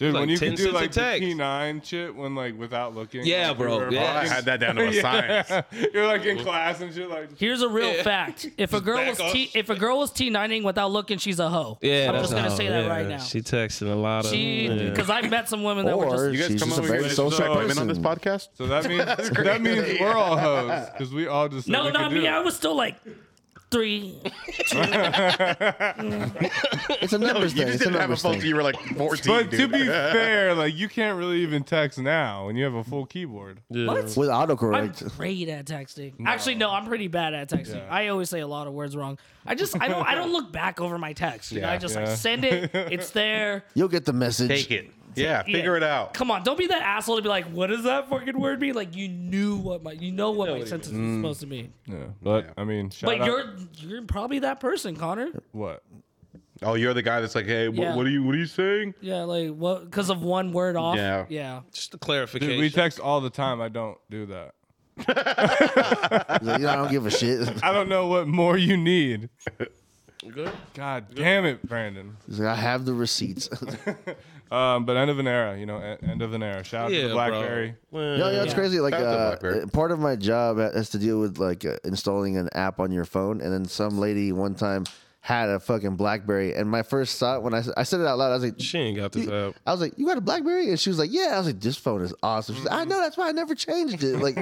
dude. like when you 10 could do cents a like the text. P9 shit, when like without looking. Yeah, like, you bro, were yeah. I fucking- had that down to a science. You're like in class and shit. Like Here's a real fact: if a girl was off. t- if a girl was t9ing without looking, she's a hoe. Yeah, I'm that's just gonna how- say that yeah, right now. She texting a lot of. She, yeah. because I've met some women that were just Or You guys she's come just a over here very with social straight women person. on this podcast? so that means that means we're all hoes because we all just said no, we could not do me. it. I was still like three. It's a numbers You thing. just It's didn't have a a numbers phone till thing. you were like 14. But to dude. be fair, like you can't really even text now when you have a full keyboard. What? With I'm autocorrect. great at texting. Actually, no, I'm pretty bad at texting. Yeah. I always say a lot of words wrong. I just I don't I don't look back over my text. You know, I just like Yeah. send it. It's there. You'll get the message. take it. Yeah, figure it out. Come on, don't be that asshole to be like, what does that fucking word mean? Like you knew what my you know what my sentence was supposed to mean. Yeah, but I mean, shout But out- you're you're probably that person, Connor. what? Oh, you're the guy that's like, hey, wh- Yeah. what are you what are you saying? Yeah, like what? Because of one word off. Yeah. yeah. Just a Dude, clarification. we text all the time. I don't do that. He's like, "You know, I don't give a shit. I don't know what more you need. Good. God damn it, Brandon. He's like, I have the receipts. Um, but end of an era, you know, e- end of an era. Shout out to Yeah, the bro. Blackberry. Well, No, yeah, it's crazy. Like That's a uh, blackberry. uh, part of my job has to deal with like uh, installing an app on your phone, and then some lady one time had a fucking BlackBerry, and my first thought when I s- I said it out loud, I was like, She ain't got this you- up. I was like, "You got a BlackBerry?" And she was like, "Yeah." I was like, "This phone is awesome." She's like, "I know that's why I never changed it." Like,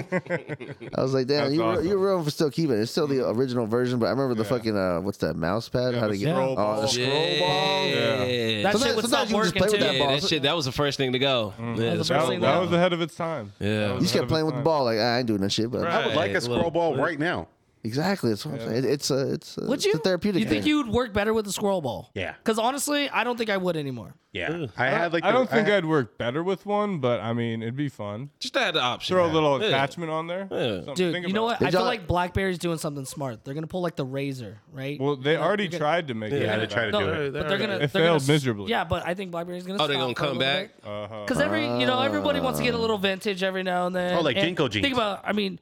I was like, "Damn, That's you were awesome. you were wrong for still keeping it. It's still the original version." But I remember the fucking uh, what's that mouse pad? How the to get scroll oh, ball. Mm. the scroll ball? Yeah. That Sometimes- shit would stop sometimes you just working play with too. that Yeah, ball. that shit. That was the first thing to go. Yeah, That was the the first scroll thing to that ball. was ahead of its time. Yeah. That was You just ahead kept of playing its with the time. ball. Like I ain't doing that shit, but Right. I would like a Little- scroll ball right now. exactly, it's what I'm saying. It- It's a it's a, Would it's you? a therapeutic. You think thing. you would work better with a scroll ball? Yeah. Because honestly, I don't think I would anymore. Yeah, I had like I the- don't think had- I'd work better with one, but I mean, it'd be fun. Just to have the option. Throw a little Yeah. attachment on there. Something to Dude, think you know about. what? I Did feel y'all- like BlackBerry's doing something smart. They're gonna pull like the razor, right? Well, they Like, already you're gonna- tried to make it. Yeah, they like tried that. to No, do it. but they're gonna. It they're failed gonna, miserably. Yeah, but I think BlackBerry's gonna. Oh, they gonna stop for a come little back? bit. Because every, you know, everybody wants to get a little vintage every now and then. Oh, like And Jinko jeans. Think about, I mean,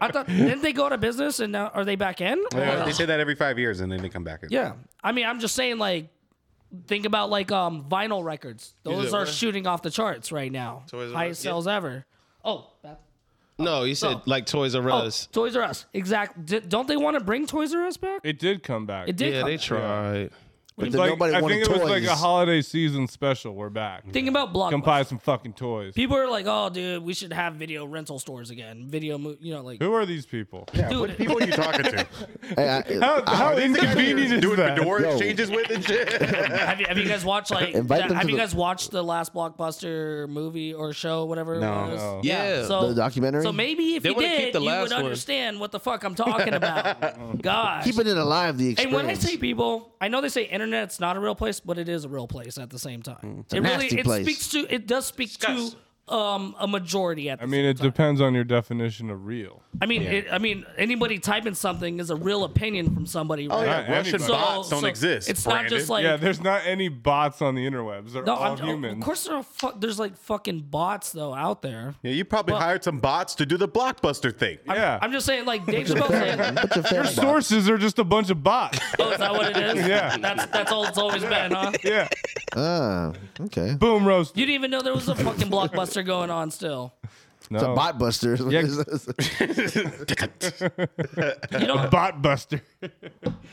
I thought didn't they go out of business and now are they back in? Yeah, They say that every five years, and then they come back. again. Yeah, I mean, I'm just saying, like, think about like um vinyl records. Those said are what? shooting off the charts right now. Toys R Highest Us, yeah. sales ever. Oh, that- No, you said No. like Toys R oh, Us. Toys R Us. Exact. D- don't they want to bring Toys R Us back? It did come back. It did. Yeah, come they back. tried. But then Like, nobody I wanted think it was like a toys. holiday season special. We're back. Think about block. Come buy some fucking toys. People are like, oh, dude, we should have video rental stores again. Video, mo- you know, like, Who are these people? dude, People are you talking to? Hey, I- How, how inconvenient is Doing that? fedora Yo. exchanges with and shit. have, you, have you guys watched like? Invite that- them have to you the- guys watched the last blockbuster movie or show, whatever? No. it was? No. Yeah. So The documentary? So maybe if They you wanna keep did, the you last would one. understand what the fuck I'm talking about. Gosh. keeping it alive. The and experience. when I say people, I know they say internet's not a real place, but it is a real place at the same time. It Mm. a really nasty it place. speaks to it does speak to um, a majority at the I mean, same it time. depends on your definition of real. I mean, it, I mean, anybody typing something is a real opinion from somebody. Right? Oh, yeah, Not Russian anybody. bots don't so exist. It's not Brandon. just like yeah, there's not any bots on the interwebs. They're no, all I'm, of humans. course there are fu- there's like fucking bots though out there. Yeah, you probably hired some bots to do the blockbuster thing. yeah. I'm just saying like Dave Chappelle saying Put your fan box. Sources are just a bunch of bots. Oh, is that what it is? Yeah. That's that's all it's always been, huh? yeah. Ah, okay. Boom roast. You didn't even know there was a fucking blockbuster going on still. No. It's a bot buster. You know, Bot buster. but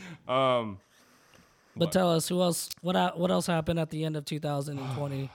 tell us who else what I- what else happened at the end of 2021?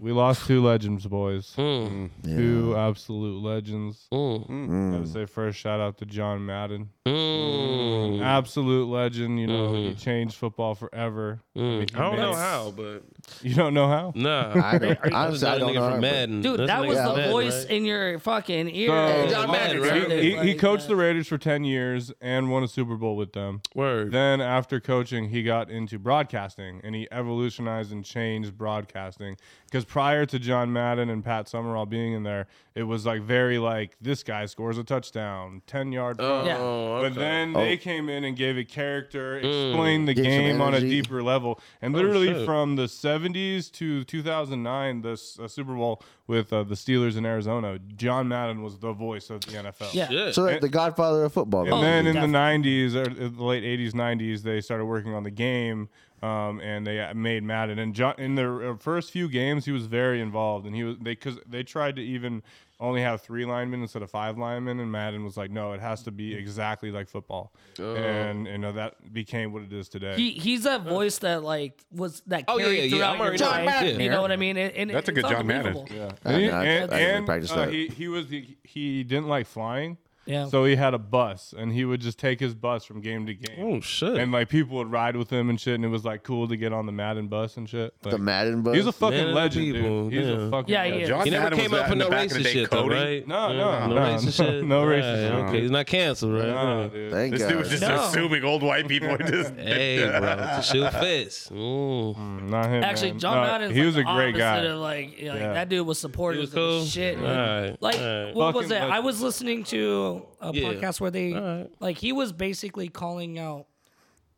We lost two legends, boys. Hmm. Mm. Two absolute legends. Gotta say first shout out to John Madden. Hmm. Mm. Absolute legend. You know, he Mm-hmm. changed football forever. Hmm. I, mean, he I don't made- know how, but You don't know how? nah. I don't. Honestly, I That don't nigga know. from how, but- Madden. Dude, That's that nigga was from the Madden, voice right? in your fucking ear. So- Hey, John Madden, Madden, right? He, he Like, coached uh, the Raiders for 10 years and won a Super Bowl with them. Word. Then, after coaching, he got into broadcasting and he evolutionized and changed broadcasting. Because prior to John Madden and Pat Summerall being in there, it was like very like this guy scores a touchdown, 10 yard. Oh, Yeah. okay. Mm. But then they came in and gave it character, explained the Oh. Gave some game on a energy. deeper level. And literally Oh, shit. from the 70s to 2009, the S- uh, Super Bowl with uh, the Steelers in Arizona, John Madden was the voice of the NFL. Yeah. Shit. So like the Godfather of football. And Oh, then in definitely. the 90s or the late 80s, 90s, they started working on the game um, and they uh, made Madden. And John, in their uh, first few games, he was very involved. And he was they because they tried to even only have three linemen instead of five linemen. And Madden was like, no, it has to Mm. be exactly like football. And you know that became what it is today. Oh. He, he's that voice that like was that Oh, yeah, carried yeah, yeah. throughout I'm your already- John life, Madden. You know what I mean? And, and That's a it's good John Madden. unbelievable. And, he- I- I- and- I didn't and, practice uh, that. he, he was the, he didn't like flying. Yeah. So he had a bus, and he would just take his bus from game to game. Oh shit. and like people would ride with him and shit, and it was like cool to get on the Madden bus and shit. Like, The Madden bus. he's a fucking Man of the legend, people, dude. He's yeah. a fucking Yeah, he legend. is. John he never Madden came was out that with in the no back of the racist day, shit, though, Cody. right? No, Yeah, no, no no, racist no, shit. no Right, racist shit. Okay, he's not canceled, right? Nah, Right. dude. Thank This God. dude was just No. assuming old white people are just. Hey, bro, to shoot fits. Mm. Not him. Actually, man. John No, Madden's Uh, He was like a great the guy. opposite Of like, like, Yeah. that dude was supportive He was of the cool. shit. All right. Like all right. what was Fucking it? legend. I was listening to a Yeah. podcast where they right. like he was basically calling out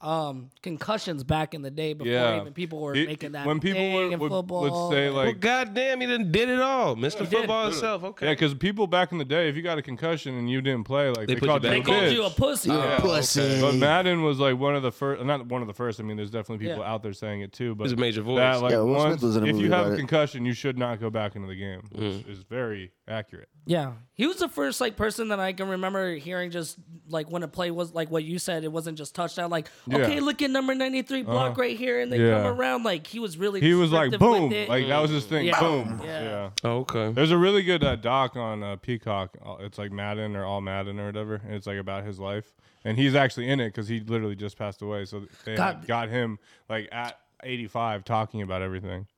um concussions back in the day before Yeah. even people were He- making that when people thing would, in would, football. would say Well, like, goddamn, he done did it all, Mr. Football himself. Okay. yeah, because people back in the day, if you got a concussion and you didn't play, like They they, put you called back. they a called you a bitch. pussy. pussy. But Madden was like one of the first, not one of the first. I mean, there's definitely people Yeah. out there saying it too. But He's a major voice. That, like, Yeah, Will Smith once- was in a if movie you have about a it. concussion, you should not go back into the game, Mm. which is very accurate. Yeah, he was the first like person that I can remember hearing just like when a play was like what you said. It wasn't just touchdown. Like Yeah. Uh-huh. okay, look at number 93 block right here, and they Yeah. come around. Like, he was really He was like, descriptive with boom. it. Like, that was his thing. Yeah. Boom. Yeah. yeah. Oh, Okay. There's a really good uh, doc on uh, Peacock. Uh, It's like Madden or All Madden or whatever, and it's like about his life. And he's actually in it because he literally just passed away. So they God. got him like at 85 talking about everything.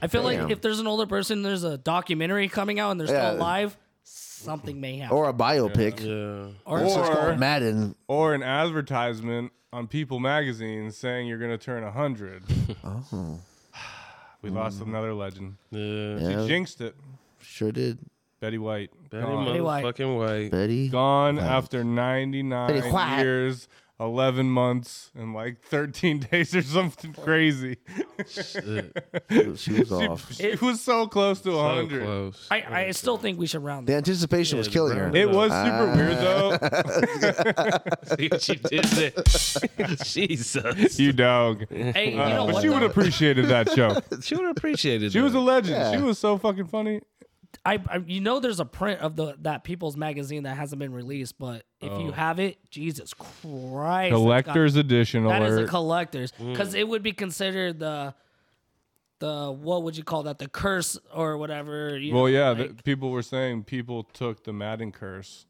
I feel like if there's an older person, there's a documentary coming out, and they're Yeah. still alive, something may happen. or a biopic. Yeah. It's just called Madden. Or an advertisement on People magazine saying you're gonna turn 100. oh. We lost another legend. Yeah. She Yeah, jinxed it. sure did. Betty White. Betty gone. White. motherfucking White. Betty. gone after 99 Pretty quiet. years, 11 months, and like 13 days or something crazy. She was off. It was so close to So 100. close. I, I still think we should round The that. anticipation was killing her. It was super weird though. See what she did there. Jesus. You dog. Hey, you Uh, know but what? she would have though? appreciated that show. She would have appreciated She was a that. legend. Yeah. She was so fucking funny. I, I you know there's a print of the that People's Magazine that hasn't been released, but if Oh. you have it, Jesus Christ, Collector's edition That is a alert. collector's Mm. because it would be considered the the what would you call that the curse or whatever. You well, know, yeah, like- the, people were saying people took the Madden curse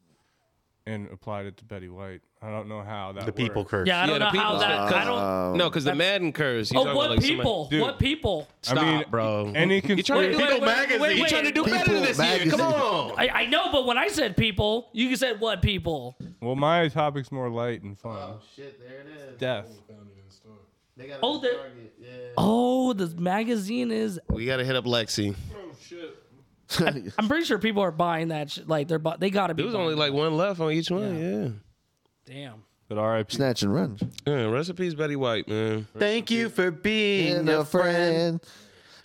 and applied it to Betty White. I don't know how that The people worked. curse. yeah. I Yeah, don't the know people- how that. I don't. no, because the Madden curse. you oh, talking what about, like, somebody- people? Dude. what people? Stop, I mean, bro. Any you trying conspiracy? to Wait, wait, people wait, magazine? wait, you wait. trying to do better People this year? magazine. Come on. I, I know, but when I said people, you said what people? Well, my topic's more light and fun. Shit, there it is. Death. They got Oh, there- Oh, the magazine is. We gotta hit up Lexi. I'm pretty sure people are buying that. Sh- like they're, bu- they gotta be. There was buying only it. like one left on each one. damn. But R.I.P. Snatch and run. Yeah. Yeah. Recipes, Betty White, man. Thank you for being And a friend.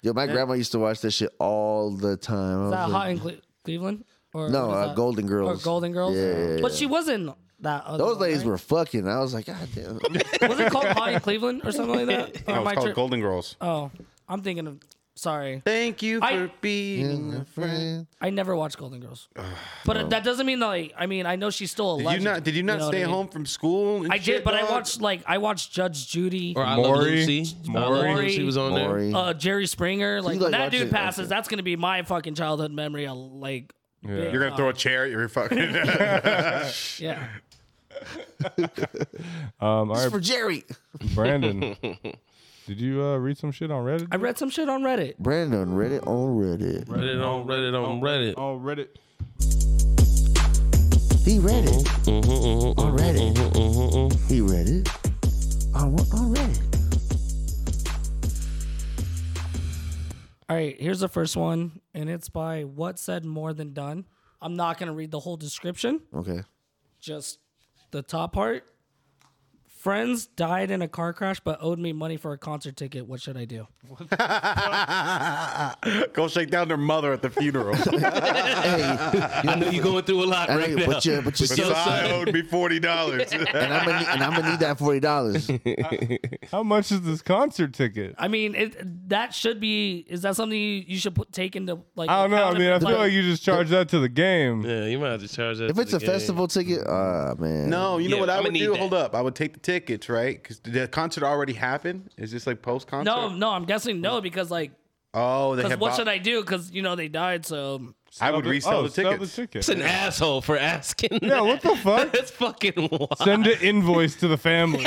Yo, my grandma used to watch this shit all the time. I Is was that like- hot in Cle- Cleveland? Or no, what is uh, that? Golden Or Girls. Golden Girls? Yeah. But she wasn't that. Other Those one, ladies right? were fucking. I was like, God damn. Was it called Hot in Cleveland or something like that? Or No, am Oh, I it's called tri- Golden Girls. oh, I'm thinking of. Sorry, Thank you I- for being. A friend. I never watched Golden Girls, Oh. but that doesn't mean like. I mean, I know she's still a Did you legend, not? Did you not know what stay I mean? home from school? and I shit, did, but I dog? watched like I watched Judge Judy, Or I Love Maury. Lucy. I Maury. Love Lucy was on there. Maury. uh, Jerry Springer. Like you, like, when that watch dude it, passes, okay. that's gonna be my fucking childhood memory. Of, like, big You're gonna throw a chair at your fucking. yeah. Um, all right, For Jerry. Brandon, did you uh, read some shit on Reddit? I read some shit on Reddit. Brandon Reddit on Reddit. Reddit on Reddit on Reddit. Oh, Reddit. He read it Uh-huh, on Reddit. He read it on, on Reddit. All right, here's the first one, and it's by What Said More Than Done. I'm not gonna read the whole description, Okay. just the top part. Friends died in a car crash, but owed me money for a concert ticket. What should I do? Go shake down their mother at the funeral. I know you're going through a lot I right know, now. but you, but you still, I owed me forty dollars. and I'm gonna need, and I'm gonna need that forty dollars. How much is this concert ticket? I mean, it, that should be. Is that something you, you should put, take into like? I don't know. I account mean, I if, feel like you just charge that to the game. Yeah, you might have to charge that. If to it's the a game. festival ticket, ah man. No, you know Yeah, what I I'ma would need do? that. Hold up. I would take the tickets, right? Because the concert already happened. Is this like post concert? No, no, I'm guessing no because like, Oh, they because have. what bo- should I do? Because you know they died, so I would Oh, resell oh, the sell tickets. the ticket. It's an asshole for asking. Yeah, what the fuck? That's fucking wild. Send an invoice to the family.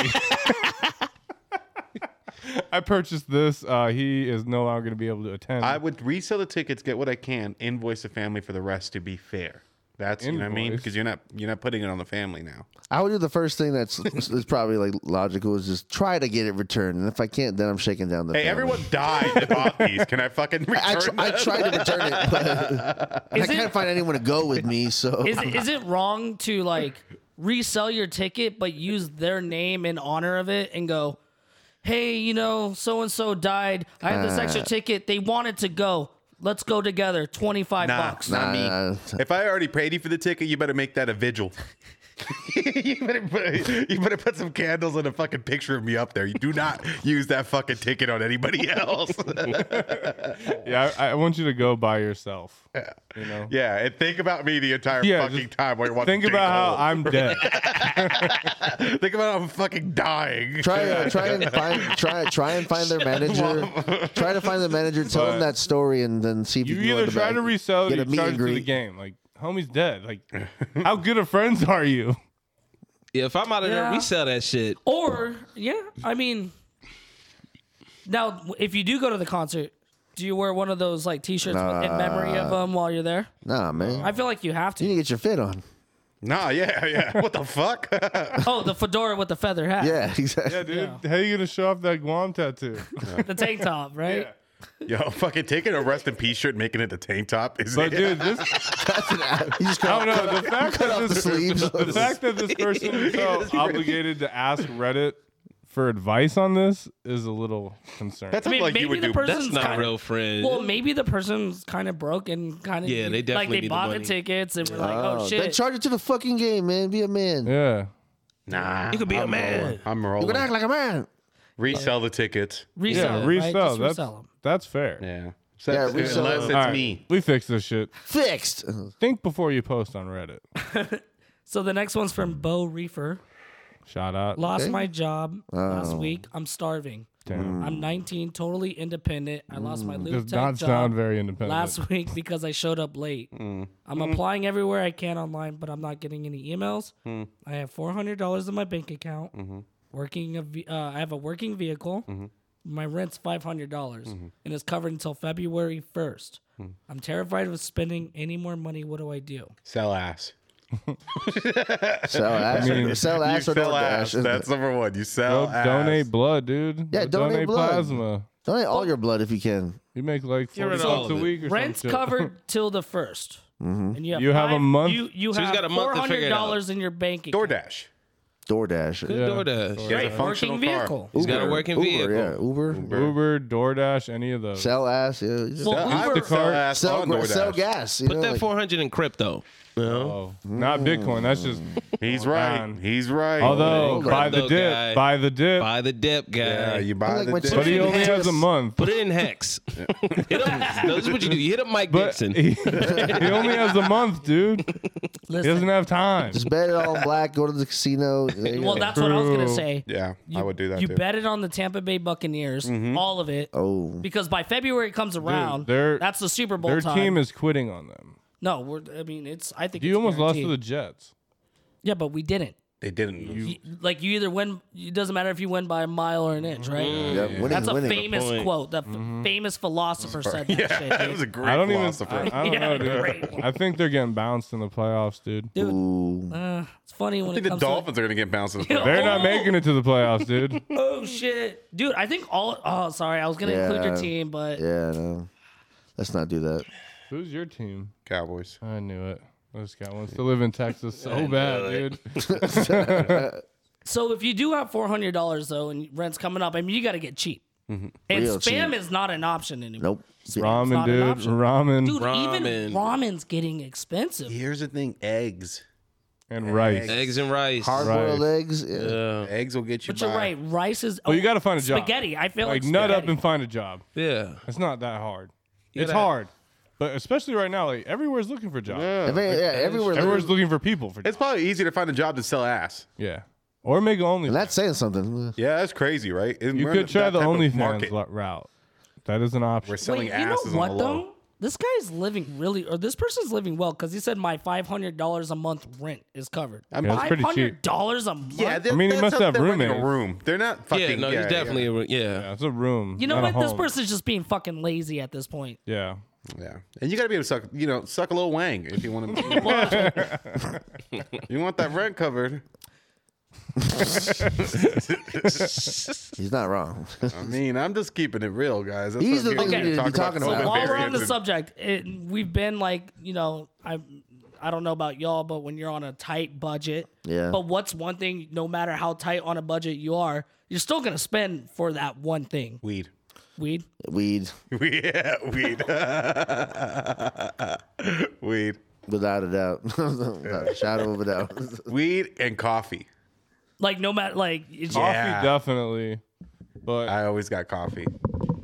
I purchased this. Uh, he is no longer going to be able to attend. I would resell the tickets, get what I can, invoice the family for the rest. To be fair, that's you know what I mean. Invoice? Because you're not you're not putting it on the family now. I would do the first thing that's is probably like logical is just try to get it returned, and if I can't, then I'm shaking down the. Hey, family. everyone died that bought these. Can I fucking return? I, tr- I them? tried to return it, but I Is it- can't find anyone to go with me. So is it, is it wrong to like resell your ticket but use their name in honor of it and go, hey, you know, so and so died. I have Uh. this extra ticket. They wanted to go. Let's go together. Twenty five Nah, bucks. not Nah, me. nah. If I already paid you for the ticket, you better make that a vigil. you, better put, you better put some candles and a fucking picture of me up there. You do not use that fucking ticket on anybody else. Yeah, I, I want you to go by yourself. You know. yeah, and think about me the entire Yeah, fucking just time while you're watching. Think about how I'm dead. I'm. think about how I'm fucking dying. Try, uh, try and find, try, try and find their manager. Try to find the manager. Tell them that story, and then see if you, You can go in either the try back, to resell it get or a you meet charge and it to the greet. game. Like, homie's dead. Like, how good of friends are you? Yeah, if I'm out of there, Yeah. resell that shit. Or yeah, I mean, now if you do go to the concert, do you wear one of those like T-shirts with in memory of them while you're there? Nah, man, Uh-huh. I feel like you have you need to. to get your fit on. Nah, yeah, yeah. What the fuck? Oh, the fedora with the feather hat, Yeah, exactly. Yeah, dude. How you gonna show off that Guam tattoo? the tank top, right? Yo, fucking taking a rest in peace shirt, making it the tank top. Is But it? dude, this You just I don't cut, know. The fact that off the this sleeves. the fact that this person felt obligated to ask Reddit for advice on this is a little concerning. That sounds I mean, like you maybe would the do. person's That's not kind real friend. Well, maybe the person's kind of broke and kind of Yeah, they like definitely they need the bought the, money. tickets and were like, oh, Oh, Then shit. charge it to the fucking game, man. Be a man. Yeah. nah, you could be a man. I'm You rolling. can act like a man. Resell the tickets. resell, Yeah, it, resell. Right? Just That's resell 'em. that's fair. Yeah. Yeah, unless resell it's All right, me. We fixed this shit. Fixed. Think before you post on Reddit. So the next one's from Bo Reefer. Shout out. Lost my job last week. I'm starving. I'm 19, totally independent. I lost my Luke Mm. Does Tech not job sound very independent. last week because I showed up late. Mm. I'm Mm-hmm. applying everywhere I can online, but I'm not getting any emails. Mm. I have $400 in my bank account. Mm-hmm. Working, a ve- uh, I have a working vehicle. My rent's $500 dollars Mm-hmm. and it's covered until February 1st. Mm. I'm terrified of spending any more money. What do I do? Sell ass. Sell ass. or, sell You ass sell or don't ass. ash. That's number one. You sell Go ass. donate blood, dude. Yeah, Go donate blood. plasma. Donate all your blood if you can. You make like Get forty rid of all bucks of a it. week or Rent's something. covered till the 1st And you have, You have a five- month? You, you So he's have got a month four to figure hundred it out. dollars in your bank account. DoorDash. DoorDash. it. Good DoorDash. He has a functional Working car. vehicle. He's got a working Uber, vehicle. Yeah, Uber. Uber, DoorDash, any of those. Sell ass. Yeah. you just- Well, I Uber- would sell ass sell, on gra- DoorDash. sell gas. You Put know, that like- 400 in crypto. You know? Oh, not Bitcoin. That's just. He's right. Man. He's right. Although Crypto buy the dip, guy. buy the dip. Buy the dip, guy. yeah, you buy Like the when dick. but he Yes. only has a month. Put it in hex. hit up, no, this is what you do. You hit up Mike But Dixon. he, he only has a month, dude. He Listen, doesn't have time. Just bet it all black. Go to the casino. There you well, go. that's what I was gonna True. say. Yeah, I would do that You too. bet it on the Tampa Bay Buccaneers, all of it, oh, because by February comes around. their- that's the Super Bowl Their time. team is quitting on them. no, we're, I mean it's. I think You it's almost lost to the guaranteed. Jets. Yeah, but we didn't. they didn't. You- like you either win. It doesn't matter if you win by a mile or an inch, right? yeah, winning, That's a winning. famous point. quote. That f- famous philosopher said that shit. that dude. was a great I don't even. philosopher. I, I don't Yeah, know, dude. great one. I think they're getting bounced in the playoffs, dude. Ooh. Uh, it's funny when I think it the comes to Dolphins are gonna get bounced. in the playoffs. They're not Oh. making it to the playoffs, dude. Oh shit, dude! I think all. Oh, sorry, I was gonna include your Yeah. team, but Yeah, no. Let's not do that. Who's your team? Cowboys. I knew it. This guy wants to live in Texas so bad, dude. so if you do have four hundred dollars though, and rent's coming up, I mean, you got to get cheap. And Real spam cheap. is not an option anymore. Nope. Ramen, not an dude. option. Ramen Dude, Ramen. even ramen's getting expensive. Here's the thing: eggs. and rice. Eggs and rice. Hard boiled eggs. Yeah. Yeah. Eggs will get you. But you're by. right, rice is. Well, you got to find a job. spaghetti. I feel Like like, nut up spaghetti. and find a job. yeah. It's not that hard. Yeah, it's that- hard, but especially right now, like everywhere's looking for jobs. If any- yeah, everywhere. Everyone's looking for people for It's jobs. probably easier to find a job than sell ass. Yeah, or make only. and that's saying something. Yeah, that's crazy, right? And you we're in could try that the type of OnlyFans market. lo- route. That is an option. We're selling Wait, you know asses on what the low. though? This guy's living really, or this person's living well because he said my five hundred dollars a month rent is covered. mean, Yeah, it's pretty cheap. dollars a month. Yeah, I mean, he that's must how- have they're renting roommates. A room. They're not fucking. Yeah, no, he's definitely, a- yeah. Yeah, it's a room. you know not a what? This home. person's just being fucking lazy at this point. Yeah, Yeah. and you gotta be able to suck. You know, suck a little wang if you want to. you want that rent covered? He's not wrong. I mean, I'm just keeping it real, guys. That's These what are the I'm things getting we to need to talk be talking about COVID about. While we're on variants the and- subject, it, we've been like, you know, I I don't know about y'all, but when you're on a tight budget, Yeah. But what's one thing? No matter how tight on a budget you are, you're still gonna spend for that one thing. Weed. Weed. Weed. yeah, weed. weed. without a doubt, without a shadow of a doubt. Weed and coffee. Like no matter like it's Coffee Yeah. definitely, but I always got coffee.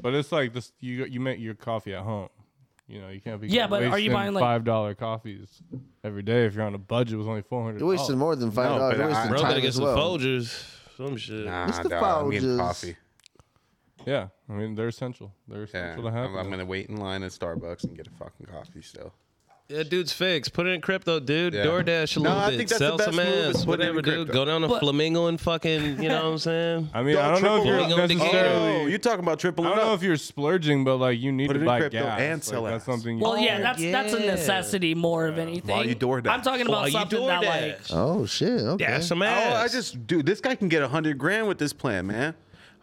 but it's like this. You you make your coffee at home. You know you can't be Yeah, but are you wasting buying, like- five dollar coffees every day if you're on a budget with only four hundred? You're wasting more than five dollars. but You're wasting I- Oh. Bro, time gotta get as some well. Folgers, some shit. Nah, Mr. dog, I'm getting Folgers. coffee. Yeah, I mean they're essential. They're Yeah, essential to have. I'm, I'm gonna wait in line at Starbucks and get a fucking coffee still. Yeah, dude's fixed. Put it in crypto, dude. Yeah. DoorDash a No, little I bit. think that's the Sell best some move is ass. put it in Whatever, dude. crypto. Go down to But- Flamingo and fucking, you know what I'm saying? I mean, No, I don't know if triple you're up. Oh, necessarily. Oh, you're talking about triple I it don't know up. if you're splurging, but like you need Put it to in buy crypto gas. and Like, sell that's ass. something. You, Well, yeah, that's that's a necessity more of anything. While you DoorDash. I'm talking about While you something that like DoorDash. Oh shit! Okay. Dash some ass. Oh, I just, dude, this guy can get a hundred grand with this plan, man.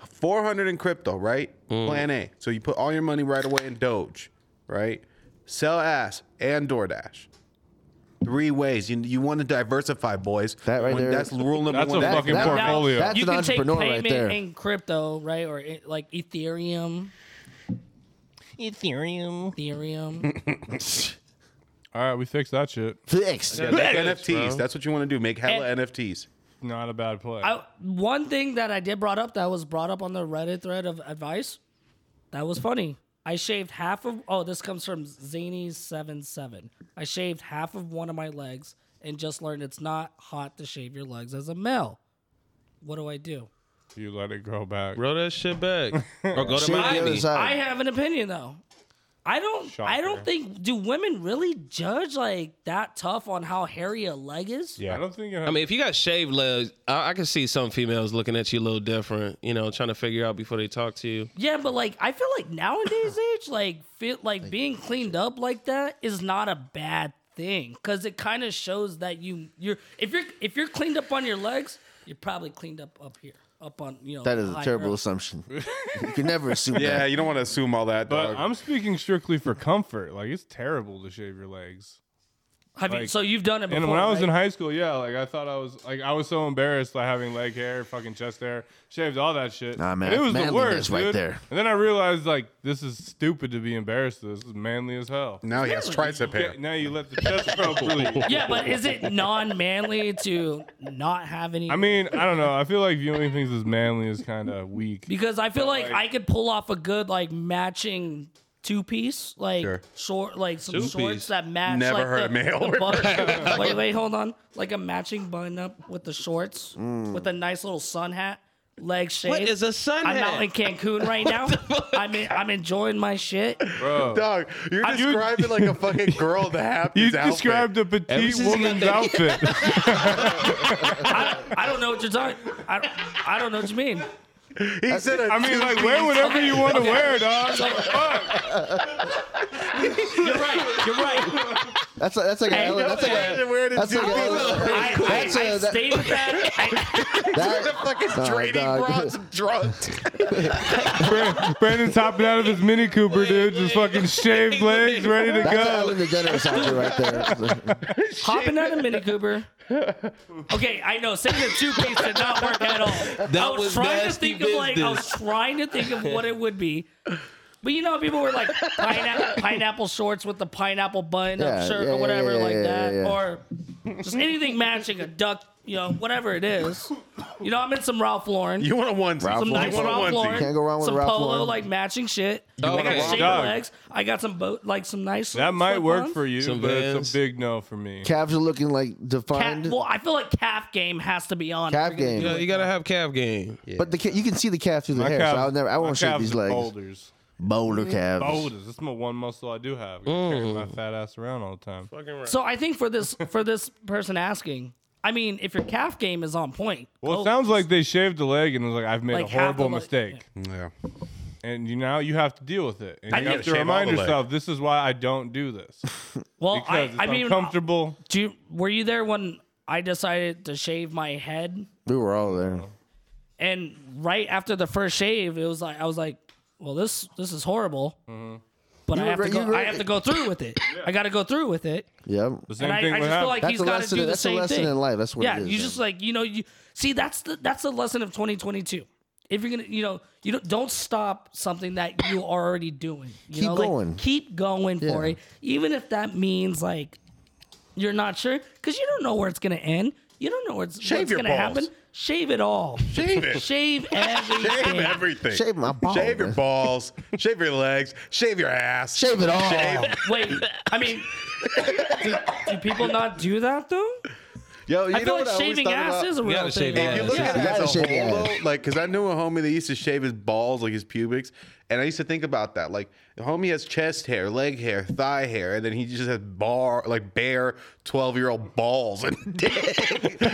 Four hundred in crypto, right? Plan A. So you put all your money right away in Doge, right? Sell ass and DoorDash. Three ways. You you want to diversify, boys. That right there That's is- rule number That's a one. That- fucking that- portfolio. That's you an can take entrepreneur payment right there. in crypto, right? Or it, like Ethereum, Ethereum. Ethereum. All right, we fixed that shit. Fixed. Yeah, make NFTs. That's what you want to do. Make hella And- NFTs. Not a bad play. I, one thing that I did brought up that was brought up on the Reddit thread of advice, that was funny. I shaved half of oh, this comes from Zany77. I shaved half of one of my legs and just learned it's not hot to shave your legs as a male. What do I do? you let it grow back. Grow that shit back. Or go to Shave the other Miami. I side. have an opinion though. I don't. I Shocker. don't think. Do women really judge like that tough on how hairy a leg is? I don't think. It has, I mean, if you got shaved legs, I, I can see some females looking at you a little different, you know, trying to figure out before they talk to you. Yeah, but like I feel like nowadays age, like fit, like being cleaned up like that is not a bad thing because it kind of shows that you you're if you're if you're cleaned up on your legs, you're probably cleaned up up here, up on you know. That is a higher terrible up. assumption. you can never assume Yeah, that. you don't want to assume all that. but dog. I'm speaking strictly for comfort. Like it's terrible to shave your legs. Have you, like- so you've done it before. And when I was in right? high school, yeah, like I thought I was like I was so embarrassed by having leg hair, fucking chest hair, shaved all that shit. Nah, man, And it was the manliness worst, right dude. there. And then I realized like this is stupid to be embarrassed. Of. This is manly as hell. now he has tricep hair. Now you let the chest grow. Really. yeah, but is it non-manly to not have any? I mean, I don't know. I feel like viewing things as manly is kind of weak. because I feel like, I could pull off a good like matching two piece, like Sure. short, like some Two-piece? shorts that match. Never like, heard the, a male the word. button- wait, wait, hold on. Like a matching button up with the shorts, with a nice little sun hat, leg shade. Mm. What is a sun I'm hat? out in Cancun right now. I'm in, I'm enjoying my shit. Dog, you're describing like a fucking girl to have You this outfit. described a petite Ever since woman's outfit. I, I don't know what you're talking. I, don't- I don't know what you mean. He said, a I mean, like wear whatever you want to wear, dog. You're right. You're right. That's like, that's like an ele- that's like a, wearing that's like a, ele- I, I, That's a- I that- stayed with that. I, that, fucking Nah, trading dog. bronze drunk. Brandon, Brandon's hopping out of his Mini Cooper, dude. Just fucking shaved legs, ready to that's go. Ellen DeGeneres out there right there. Hopping out of Mini Cooper. Okay, I know saying the two piece did not work at all. I was, was trying to nasty think of like I was trying to think of what it would be. But you know, people were like pineapple, pineapple shorts with the pineapple button up Yeah, shirt yeah, or whatever yeah, yeah, like yeah, that, yeah, yeah. or just anything matching a duck, you know, whatever it is. You know, I'm in some Ralph Lauren. You want a onesie. Ralph some Lauren. nice You want a Ralph onesie. Lauren, Can't go wrong with some Ralph polo Lauren. like matching shit. I want a got Ralph shaved Lauren. legs. I got some boat like some nice. Oh, That might work slip-ons. for you, Some but it's Vans. a big no for me. Calves are looking like Cat, defined. well, I feel like calf game has to be on. Calf If you're gonna game. do You, know, it. you gotta have calf game. But the ca- you can see the calf through the My hair, calves- so I'll never. I my won't shave calves these are legs. Boulders. Boulder Mm-hmm. calves. Boulders. That's my one muscle I do have. I carry Mm. my fat ass around all the time. So I think for this for this person asking, I mean, if your calf game is on point, Well, go- it sounds like they shaved the leg and was like, I've made oh. Like a half horrible the leg- mistake. Yeah. And you now you have to deal with it. And I you think- have to Shave all remind the leg. yourself, this is why I don't do this. well, Because I, it's I mean, uncomfortable. do you, were you there when I decided to shave my head? We were all there. And right after the first shave, it was like I was like, well, this this is horrible. But I were have, re- to Mm-hmm. you go, were- I have to go through with it. I got to go through with it. Yep. The same And I, I thing just would feel happen. like That's he's a got to lesson- do the that's a same thing. lesson in life. That's what yeah, it is, you just man. like you know you see that's the that's the lesson of 2022. If you're gonna you know you don't don't stop something that you are already doing. You Keep know, like, going. keep going for Yeah. it, even if that means like You're not sure because you don't know where it's gonna end. You don't know where it's, Shave what's your gonna balls. happen. Shave it all. Shave it. Shave everything. Shave everything. Shave my balls. Shave your balls. shave your legs. Shave your ass. Shave it all. Wait, I mean, do, do people not do that though? Yo, you I know feel like what I always shaving thought ass about? is a You real gotta shave your thing. If you ass. look Yeah. at it You gotta as a shave your whole, ass. though, like, because I knew a homie that used to shave his balls, like his pubics, and I used to think about that. Like, the homie has chest hair, leg hair, thigh hair, and then he just has bar, like, bare twelve-year-old balls and dick. No, That's fucking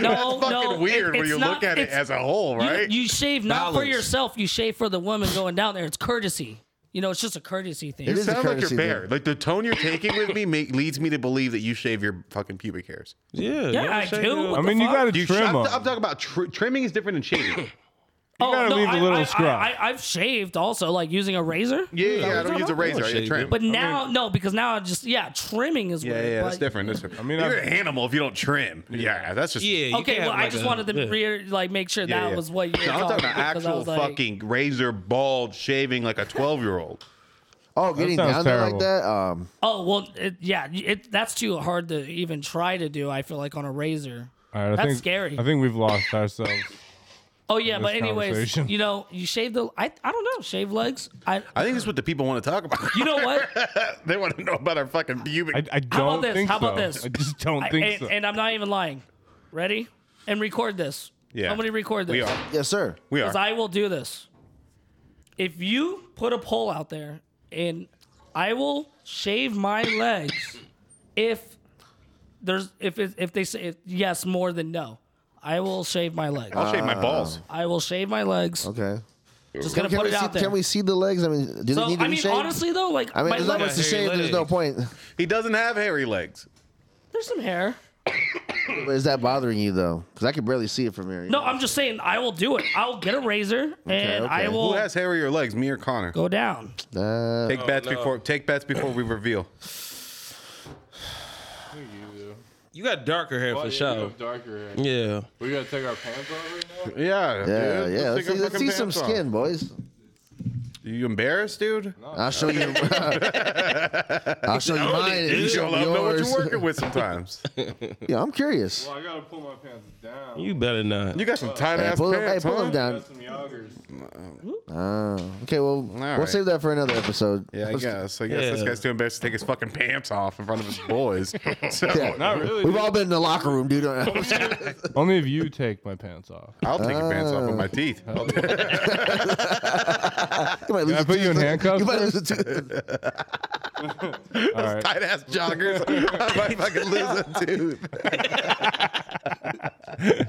no, weird it- when it's you look not- at it it's- as a whole, You- right? You, shave not for Balance. yourself. You shave for the woman going down there. It's courtesy. You know, it's just a courtesy thing. It You is a sound like you're courtesy bare. thing. Like the tone you're taking with me make, leads me to believe that you shave your fucking pubic hairs. Yeah, Yeah, you I shave do. it I all. What the mean, you fuck? got to You- trim I'm, them. I'm talking about tr- trimming is different than shaving. oh, gotta leave a I, little I, scrub. I, I, have shaved also, like using a razor. yeah, yeah, I don't use a razor. I shave use trim. it. But now, no, because now I just yeah, trimming is yeah, weird. yeah, but- that's different. That's different. I mean, you're I've- an animal if you don't trim. Yeah, that's just Yeah, you Okay, can't well, have I like just a- wanted to yeah. re- like make sure that was what you were No, I'm talking about because I actual was like- fucking razor bald shaving like a 12 year old. Oh, getting sounds down there terrible. like that. Um, Oh well, it, yeah, it, that's too hard to even try to do. I feel like on a razor. All right, I That's think, scary. I think we've lost ourselves. Oh yeah, this but anyways, conversation. you know, you shave the. I, I don't know, shave legs. I I think that's what the people want to talk about. you know what? they want to know about our fucking pubic. I, I don't How about this? think How about so. this? I just don't I- think and, so. and I'm not even lying. Ready? And record this. Yeah. Somebody record this. we are. yes, sir. We are. Because I will do this. If you put a poll out there and I will shave my legs if there's if it, if they say yes more than no, I will shave my legs. I'll shave my balls. I will shave my legs. Okay. Just gonna can, put we it see, out there. can we see the legs? I mean, do so they need to I be mean, shaved? honestly though, like I mean, my there's not legs, much to Hairy shave. There's no legs. point. He doesn't have hairy legs. there's some hair. Is that bothering you though? Because I can barely see it from here. No, I'm just saying I will do it. I'll get a razor and okay. I will Who has hairier legs, me or Connor? go down. Uh, Take bets before take bets before we reveal. You got darker hair for sure. Darker. Yeah. We gotta take our pants off right now. Yeah, yeah, yeah. take Let's see, our let's fucking see some pants off. skin, boys. You embarrassed, dude? I'll show you. I'll show you mine. and You you show don't me know what you're yours. working with sometimes. Yeah, I'm curious. Well, I gotta pull my pants down. You better not. You got some tight Hey, ass pull, them, hey, pants. pull huh? them I down. got some joggers. Oh, okay, well, we'll right. save that for another episode. Yeah, I Let's- guess. I guess this Yeah. guy's too embarrassed to take his fucking pants off in front of his boys. So Yeah. Not really. We've dude. all been in the locker room, dude. Only if you take my pants off. I'll take your pants off with my teeth. You might lose I a put you in tooth. handcuffs You might lose a tooth. All right. Tight ass joggers. I might fucking lose a tooth. Is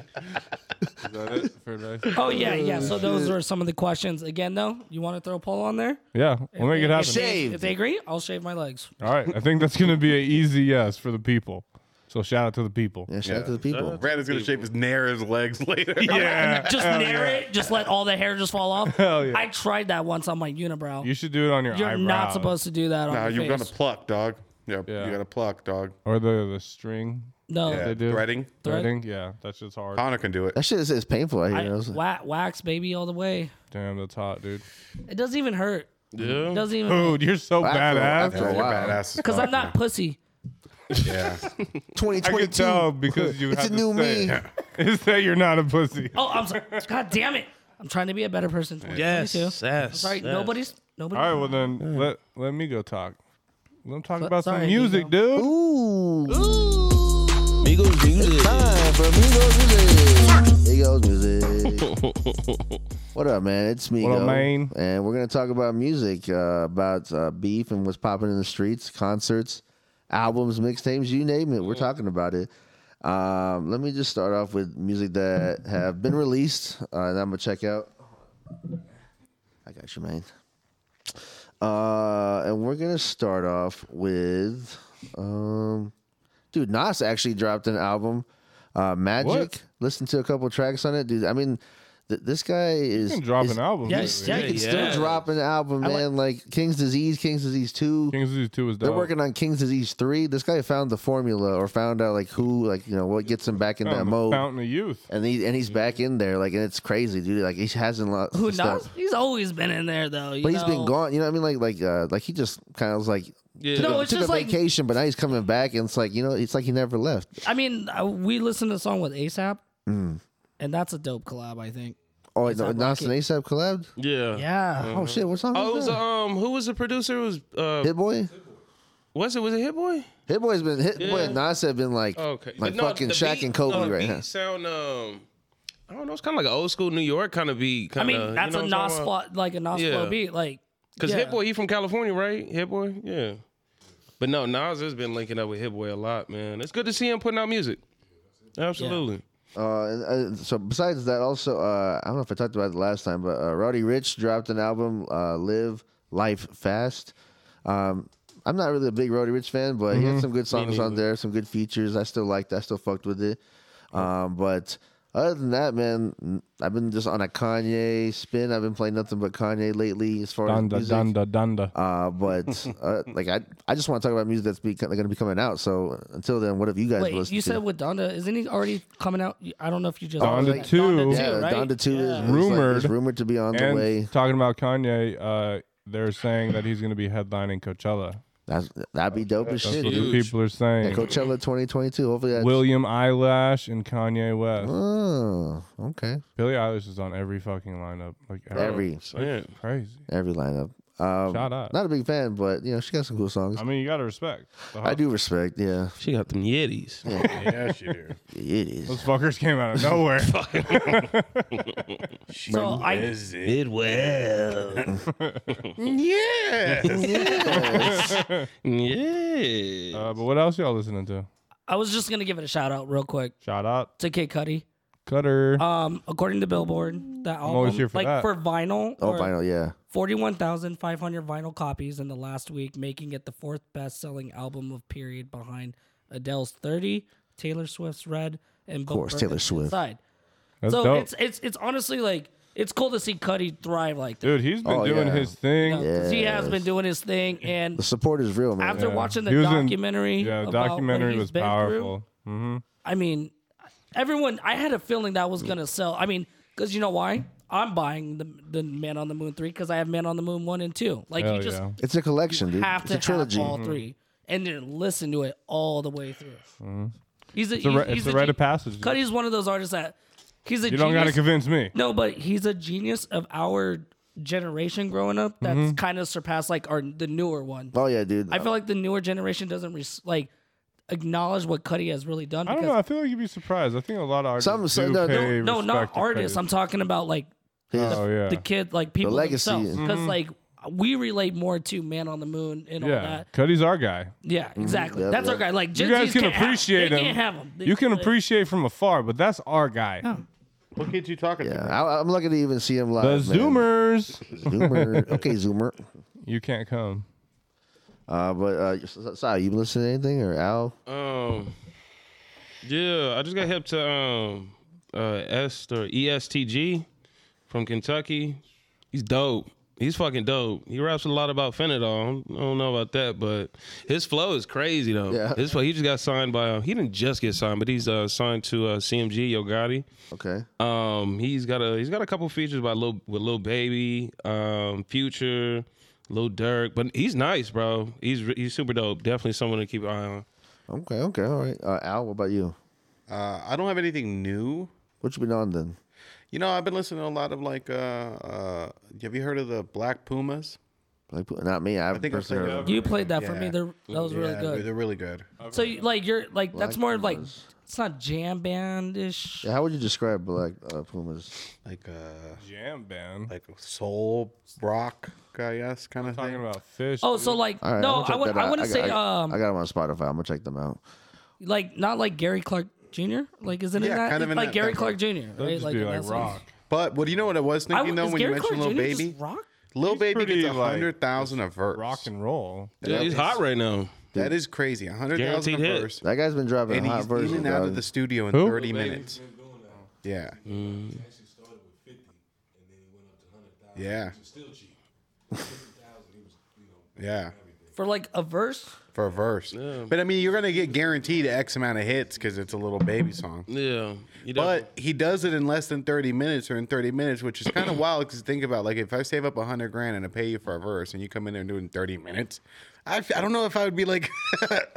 that it for advice? Oh yeah, yeah. So those are some of the questions. Again though, you want to throw a poll on there? Yeah, we'll make it happen. Uh, Shaved. If they agree, I'll shave my legs. All right. I think that's gonna be an easy yes for the people. So shout out to the people. Yeah, shout out to the people. Brandon's gonna shave his nair his legs later. Yeah. Just narrow it. Just let all the hair just fall off. Hell yeah. I tried that once on my unibrow. You should do it on your You're eyebrows. not supposed to do that on Nah, your you're face. gonna pluck, dog. Yeah, Yeah. you gotta pluck, dog. Or the the string no. Yeah, do. threading. threading. Yeah, that's just hard. Connor can do it. That shit is, is painful. I hear. I, I was like, wa- wax, baby, all the way. Damn, that's hot, dude. It doesn't even hurt. It Yeah. doesn't even. Dude, you're so after, badass. after a You're while, badass. Because I'm not pussy. Yeah. I could 2022. tell because you it's had a new to say me. it. Is that you're not a pussy? Oh, I'm sorry. God damn it. I'm trying to be a better person. Yes. Yes. Sorry, yes. nobody's. Nobody. All right, well then let let me go talk. Let me talk So- about sorry, some music, dude. Ooh, Migos music. time for Migos music. Migos music. what up, man? It's Migo. up, man? And we're gonna talk about music, uh, about uh, beef and what's popping in the streets, concerts, albums, mixtapes, you name it. We're talking about it. Um, let me just start off with music that have been released uh, that I'm gonna check out. I got you, man. Uh, and we're gonna start off with, um, dude, Nas actually dropped an album, uh, Magic. What? Listen to a couple tracks on it, dude. I mean, th- this guy is You can drop is- an album. Yes, lately. yeah, He can yeah. still drop an album, like- man. Like, King's Disease, King's Disease Two. Kings of Zeus Two is dope. They're working on King's Disease Three. This guy found the formula, or found out like who, like you know, what gets him back in Oh, that the mode. Fountain of Youth. and he and he's back in there, like, and it's crazy, dude. Like he hasn't lost. Who stuff. knows? He's always been in there, though. But he's he's been gone. You know what I mean? Like like uh, like he just kind of was like Yeah. No, it's took just a like vacation, but now he's coming back, and it's like you know, it's like he never left. I mean, uh, we listened to the song with ASAP, Mm. and that's a dope collab. I think. Oh, wait, no, A$AP Nas and Rocky. ASAP collabed. Uh, yeah. Yeah. Oh shit, what song? Oh, it was was that? um, who was the producer? It was uh, Hit Boy. was it was it Hit Boy? Hit Boy's been Hit Boy Yeah. and Nas have been like Okay, like No, fucking the Shaq beat- and Kobe no, the right now. beat Sound um, I don't know. It's kind of like an old school New York kind of beat. I Kinda, mean, that's you know a what I'm Nas talking about? flaw, like a Nas Yeah. flaw beat, like Cause yeah. Hit Boy, he from California, right? Hit Boy, yeah. But no, Nas has been linking up with Hit Boy a lot, man. It's good to see him putting out music. Absolutely. Uh, and, uh, so besides that, also uh, I don't know if I talked about it last time, but uh, Roddy Rich dropped an album, uh, "Live Life Fast." Um, I'm not really a big Roddy Rich fan, but he had some good songs on there, some good features. I still liked, I still fucked with it. Um, but other than that, man, n- I've been just on a Kanye spin. I've been playing nothing but Kanye lately, as far as Dunda, music. dunda, dunda. Uh, but uh, like I, I just want to talk about music that's be, going to be coming out. So until then, what have you guys Wait, listened you to? said with Donda, isn't he already coming out? I don't know if you just Donda like, two. Donda yeah, two, right? Donda Two is Yeah. is like- is Rumored. rumored to be on the And way. talking about Kanye, uh, they're saying that he's going to be headlining Coachella. That's, that'd be dope as That's shit. what the dude. people are Yeah, saying. Coachella 2022. Hopefully, that's, William Eyelash and Kanye West. Oh, okay. Billie Eilish is on every fucking lineup. Like Oh, Every Yeah. crazy. every lineup. Um, Shout out. Not a big fan, but you know she got some cool songs. I mean, you gotta respect. the I hustle. do respect. Yeah, She got them Yetis. yeah, she do. it is. Those fuckers came out of nowhere. So I, Is it? Yeah. uh, but what else y'all listening to? I was just gonna give it a shout out real quick Shout out, to Kid Cudi. Cutter. Um, according to Billboard, that album, always here for like that. for vinyl, Oh, or vinyl. Yeah. 41,500 vinyl copies in the last week, making it the fourth best selling album of period behind Adele's 30, Taylor Swift's Red, and Of course, Taylor Swift. Side. That's so dope, it's it's it's honestly like it's cool to see Cuddy thrive like that. dude. He's been Oh, doing yeah. his thing. you know, 'cause He has been doing his thing, and The support is real, man. after watching the He was in- documentary, Yeah, the about what documentary he's was been through, powerful. I mean, everyone. I had a feeling that was gonna sell. I mean, because you know why? I'm buying the the Man on the Moon three because I have Man on the Moon one and two. Like Hell you just yeah. it's a collection, dude. have it's to a trilogy. have all Mm-hmm. three and then listen to it all the way through. He's a, Mm-hmm. It's a, he's, ri- it's he's a a rite gen- of passage. dude. Cudi's one of those artists that he's You a genius. don't gotta convince me. No, but he's a genius of our generation growing up. That's Mm-hmm. kind of surpassed like our the newer one. Oh yeah, dude. I feel like the newer generation doesn't res- like acknowledge what Cuddy has really done. I Because don't know. I feel like you'd be surprised. I think a lot of artists Some- some- do no, pay no, no, respect not to artists. I'm Cudi. talking about like oh yeah, Mm-hmm. the kid, like people legacy. themselves. Because like we relate more to Man on the Moon and all yeah. that. Cudi's our guy. Yeah, Mm-hmm. exactly. Yeah, That's yeah. our guy. Like You Gen guys Zs can can't appreciate have, him. They can't have him. Oh. They- You can like, appreciate from afar, but that's our guy. Look at you talking yeah, I, I'm lucky to even see him The live. man. Zoomers. Zoomer. Okay, Zoomer. You can't come. Uh, but uh, sorry, you been listening to anything or Al? Uh, Um. Yeah, I just got hip to um uh S or ESTG from Kentucky. He's dope. He's fucking dope. He raps a lot about fentanyl. I don't know about that, but his flow is crazy though. Yeah. His flow. He just got signed by. Uh, he didn't just get signed, but he's uh, signed to uh, CMG Yo Gotti. Okay. Um, he's got a he's got a couple features by Lil with Lil Baby, um, Future, Lil Durk, but he's nice, bro. He's re- he's super dope. Definitely someone to keep an eye on. Okay. Okay. All right. Uh, Al, what about you? Uh, I don't have anything new. What you been on then? You know, I've been listening to a lot of like. Uh, uh, have you heard of the Black Pumas? Like, not me. I, I think I'm personally saying- haven't. You played that for me. Yeah. They're, that was really Yeah, good. They're really good. So you- like you're like Black that's more like Pumas. it's not jam band ish. Yeah, How would you describe Black uh, Pumas? Like uh, Jam band. like soul rock guy esque kind of Talking thing. about fish. Oh, dude. so like All right, I'm gonna no, I check would that I out. want to got- say I, um I got them on Spotify. I'm gonna check them out. like not like Gary Clark Jr. Like isn't it Yeah, that kind of in like that Gary Clark background. Jr. That'd Right? just be in like that sense. rock. But what do you know what I was I, thinking though is when you Gary mentioned Clark Lil Jr. just Baby? rock? Lil He's Baby pretty, gets a like, hundred thousand a verse. rock and roll. Yeah, he's hot right now. That is crazy. A hundred thousand a Guaranteed hit. verse. That guy's been dropping And hot he's versions. in and out dog. of the studio in Who? thirty minutes. Yeah. Mm. Yeah. Yeah. For like a verse? for a verse. But I mean, you're gonna get guaranteed X amount of hits because it's a little baby song. Yeah. You But he does it in less than 30 minutes or in 30 minutes, which is kind of wild because think about like if I save up 100 grand and I pay you for a verse and you come in there and do it in 30 minutes, I, f- I don't know if I would be like,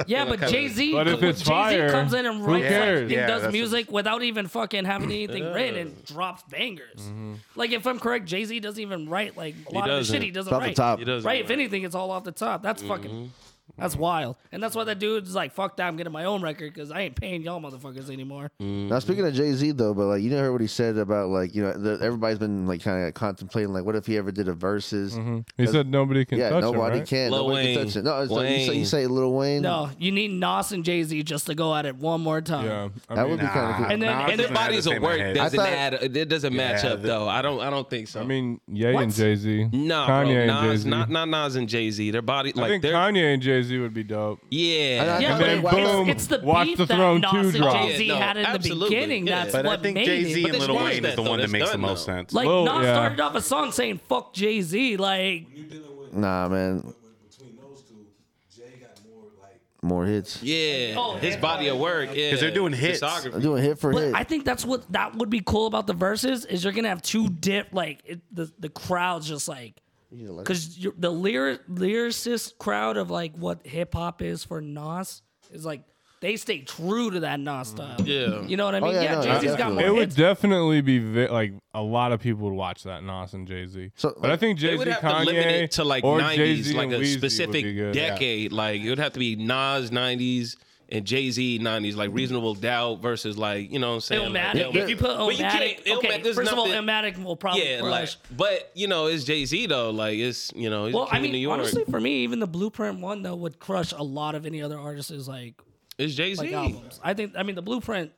Yeah, but Jay Z, But if it's Jay Z fire, comes in and who writes cares? like, Yeah, that's and does what- music without even fucking having anything written and drops bangers. Mm-hmm. Like if I'm correct, Jay Z doesn't even write like a lot of the doesn't. shit he doesn't Off the write. top. He doesn't. Right, if anything, it's all off the top. That's fucking, that's wild, and that's why that dude's like, "Fuck that, I'm getting my own record because I ain't paying y'all motherfuckers anymore." Now speaking of Jay Z though, but like you know heard what he said about like you know the, everybody's been like kind of contemplating like what if he ever did a verses? Mm-hmm. He said nobody can Yeah, touch nobody him, right? can. Lil nobody can Wayne. touch it. No, so you, say, you Wayne. say Lil Wayne. No, you need Nas and Jay Z just to go at it one more time. Yeah, I that mean, would be kind of cool. And then- Nah, and I'm just then- Their gonna have bodies to of say my work head. doesn't I thought- add. It doesn't match Yeah, up the- though. I don't. I don't think so. I mean, Ye and What? Jay Z. nah, Kanye bro. and Jay Nas, Z. not not Nas and Jay Z. Their body, I like think their Kanye and Jay Z would be dope. yeah. Yeah. Yeah, And but then it's- it's, boom, it's the Watch beef the that Throne Nas two and drop. Jay Z Yeah, no, had in the absolutely, beginning. yeah. That's But I what think made Jay it. Z But and they Little squashed Wayne is that, the though. one that That's makes the done most now. sense. Like Well, Nas yeah. started off a song saying "fuck Jay Z," like You're dealing with Nah, man, with- between those two. Jay got more like more hits. Yeah, Oh, his body of work. Yeah, they're doing hits. I'm Discography. doing hit for But hit. I think that's what that would be cool about the verses is you're gonna have two dip like it, the the crowd's just like because the lyric lyricist crowd of like what hip hop is for Nas is like they stay true to that Nas style. Yeah. you know what I mean. yeah, yeah, no, Jay Z's got definitely. more. It would hits. definitely be vi- like a lot of people would watch that Nas and Jay Z. So, but I think They Jay Z, would have Kanye, to limit it to like or nineties, Jay-Z like and a Weezy would be specific good. decade. Like it would have to be Nas nineties and Jay Z nineties, like reasonable doubt versus like you know what I'm saying. like, Illmatic. Illmatic. if you put Well, you can't- Illmatic, Illmatic- okay. there's First of all, nothing- Illmatic will probably Yeah, like, crush. but you know, it's Jay Z though. Like it's you know, he's well, king I of New mean, York. honestly, for me, even the Blueprint one though would crush a lot of any other artist's like it's Jay Z. like um, albums. I think. I mean, the Blueprint.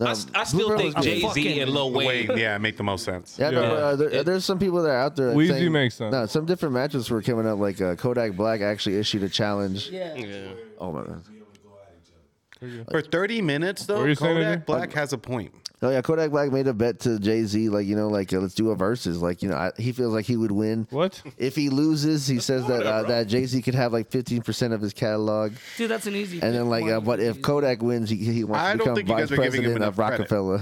No, I, I still Blueprint think was good. Jay Z fucking- and Lil Wayne. Wayne, yeah, make the most sense. Yeah, no, Yeah. but, uh, there, there's some people that are out there. that Weezy think- makes sense. No, some different matches were coming up. Like uh, Kodak Black actually issued a challenge. Yeah. Yeah. Oh my god. For 30 minutes What were though, you saying, Kodak Andrew? Black has a point. Oh yeah, Kodak Black made a bet to Jay Z, like you know, like uh, let's do a versus. Like you know, I, he feels like he would win. What? If he loses, he says that uh, that Jay Z could have like 15 percent of his catalog, Dude, that's an easy. and then like, uh, but if Kodak wins, he, he wants I to don't become think you guys vice are giving him president of enough credit.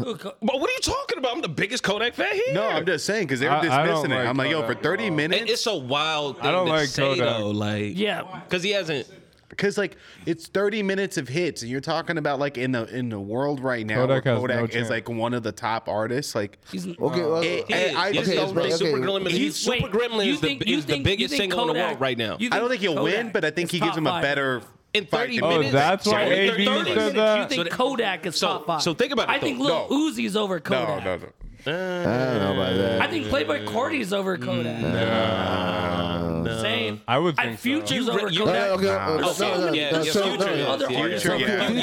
Rockefeller. But what are you talking about? I'm the biggest Kodak fan here. No, I'm just saying because they were I- I dismissing don't it. like I'm like, yo, for Kodak at 30 all. And minutes, it's a wild thing don't to like say Kodak. though. Like Yeah. because he hasn't. because like it's 30 minutes of hits, and you're talking about like in the in the world right now, Kodak where has no Kodak is chance. like one of the top artists. Like, He's, Okay, well, It- He I- is. I Yes, just he's don't the- think- Super okay. Gremlin. he's- He's Super wait, Gremlin you is the, think- you is the think- biggest you think single in the Kodak- world right now. you I don't think he'll Kodak win, but I think he is gives top him a five. better In 30 fight to Oh, minutes. win. that's why Sorry, AB thirty said minutes. that? You think So- Kodak is so- top five? so think about it, I think though. Lil No. Uzi's over No, Kodak. no, no. I don't know about that. I think Playboy Carti's over Mm. Kodak. Mm. Same. I would I think so. Future's You- over you- Uh, Kodak. okay, uh, no, Okay, no, yeah, no, yeah, so- Future no, is, no, yeah, other so artists. yeah, Future yeah, is no, the-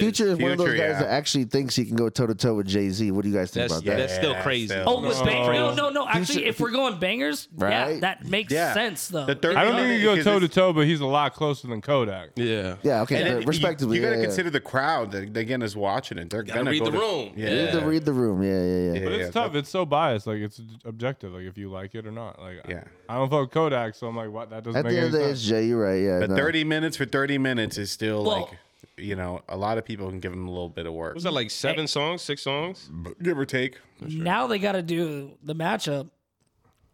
Future is one of those Future, guys yeah. that actually thinks he can go toe to toe with Jay Z. What do you guys think That's about that? that's still Yeah, crazy. still. Oh, with That's bang- crazy. no, no, no. Actually, if we're going bangers, yeah, Right? that makes Yeah. sense though. The third- I don't think he go Because toe to it's- toe, but he's a lot closer than Kodak. Yeah. Yeah, okay, And uh, then you- respectively. you, got to yeah, yeah. consider the crowd that again is watching it. They're Gotta gonna read go the to- room. Yeah, Read Read the, read the room. Yeah, yeah, yeah. But yeah, it's tough. It's so biased. Like it's objective. Like if you like it or not. Like I- Yeah. I, don't fuck with Kodak, so I'm like, what? That doesn't At make the any end of the day, sense. it's Jay. You're right. Yeah. But no. 30 minutes for 30 minutes is still Well- like, you know, a lot of people can give him a little bit of work. Was that like seven songs, six songs? Give or take. now they got to do the matchup.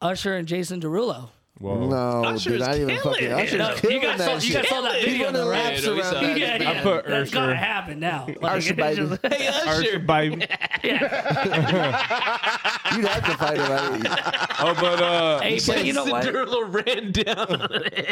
Usher and Jason Derulo. Whoa. No, Usher's dude, not even killing fucking. it. Usher's No, you killing guys that saw- you shit. guys saw that He's video, running right? laps Yeah, no, we saw around that. that. Yeah, bitch. yeah, put that's Usher. gotta happen now. Like, Usher, it's just- baby. Hey, Usher. Baby. You'd have to fight him. Right? Oh, but uh, Hey, but you know what? Cinderella ran down.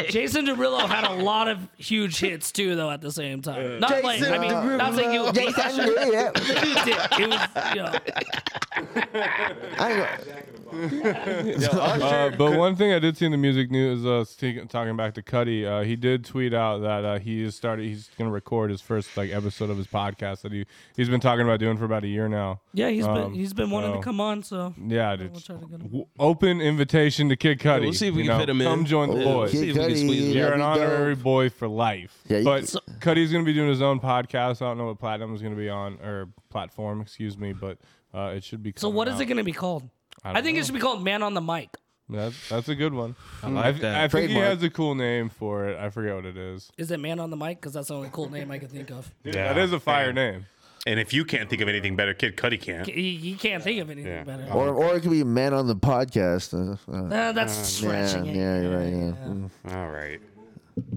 Jason Derulo had a lot of huge hits too, though. At the same time, not like I mean, not saying you beat Usher, Jason, yeah, yeah. but he did. It was, you know, I ain't gonna- Jack in the Box. Uh, but one thing I did see in the music news, uh, speak- talking back to Cuddy, uh, he did tweet out that uh, he is started. He's going to record his first like episode of his podcast that he he's been talking about doing for about a year now. yeah, he's Um, been he's been wanting so- to come on. So Yeah, it's try to get him. w- open invitation to Kid Cuddy. we'll see if we you can know, fit him in. Come join the Yeah, Oh, boys. see if we can squeeze Kid him. You're That'd an be honorary dope. boy for life. Yeah, you- but Cuddy's going to be doing his own podcast. I don't know what platinum is going to be on or platform, excuse me, but uh, it should be. So what is it going to be called? I, don't think know. it should be called Man on the Mic. That's that's a good one. I like that. I think he Trademark. has a cool name for it. I forget what it is. Is it man on the mic? Because that's the only cool name I can think of. That is a fire name. And if you can't think of anything better, Kid Cudi can't. He, he can't think of anything better. Or, or it could be man on the podcast. Uh, uh, Uh, that's yeah, stretching it. yeah, you're right. Yeah. Mm. All right.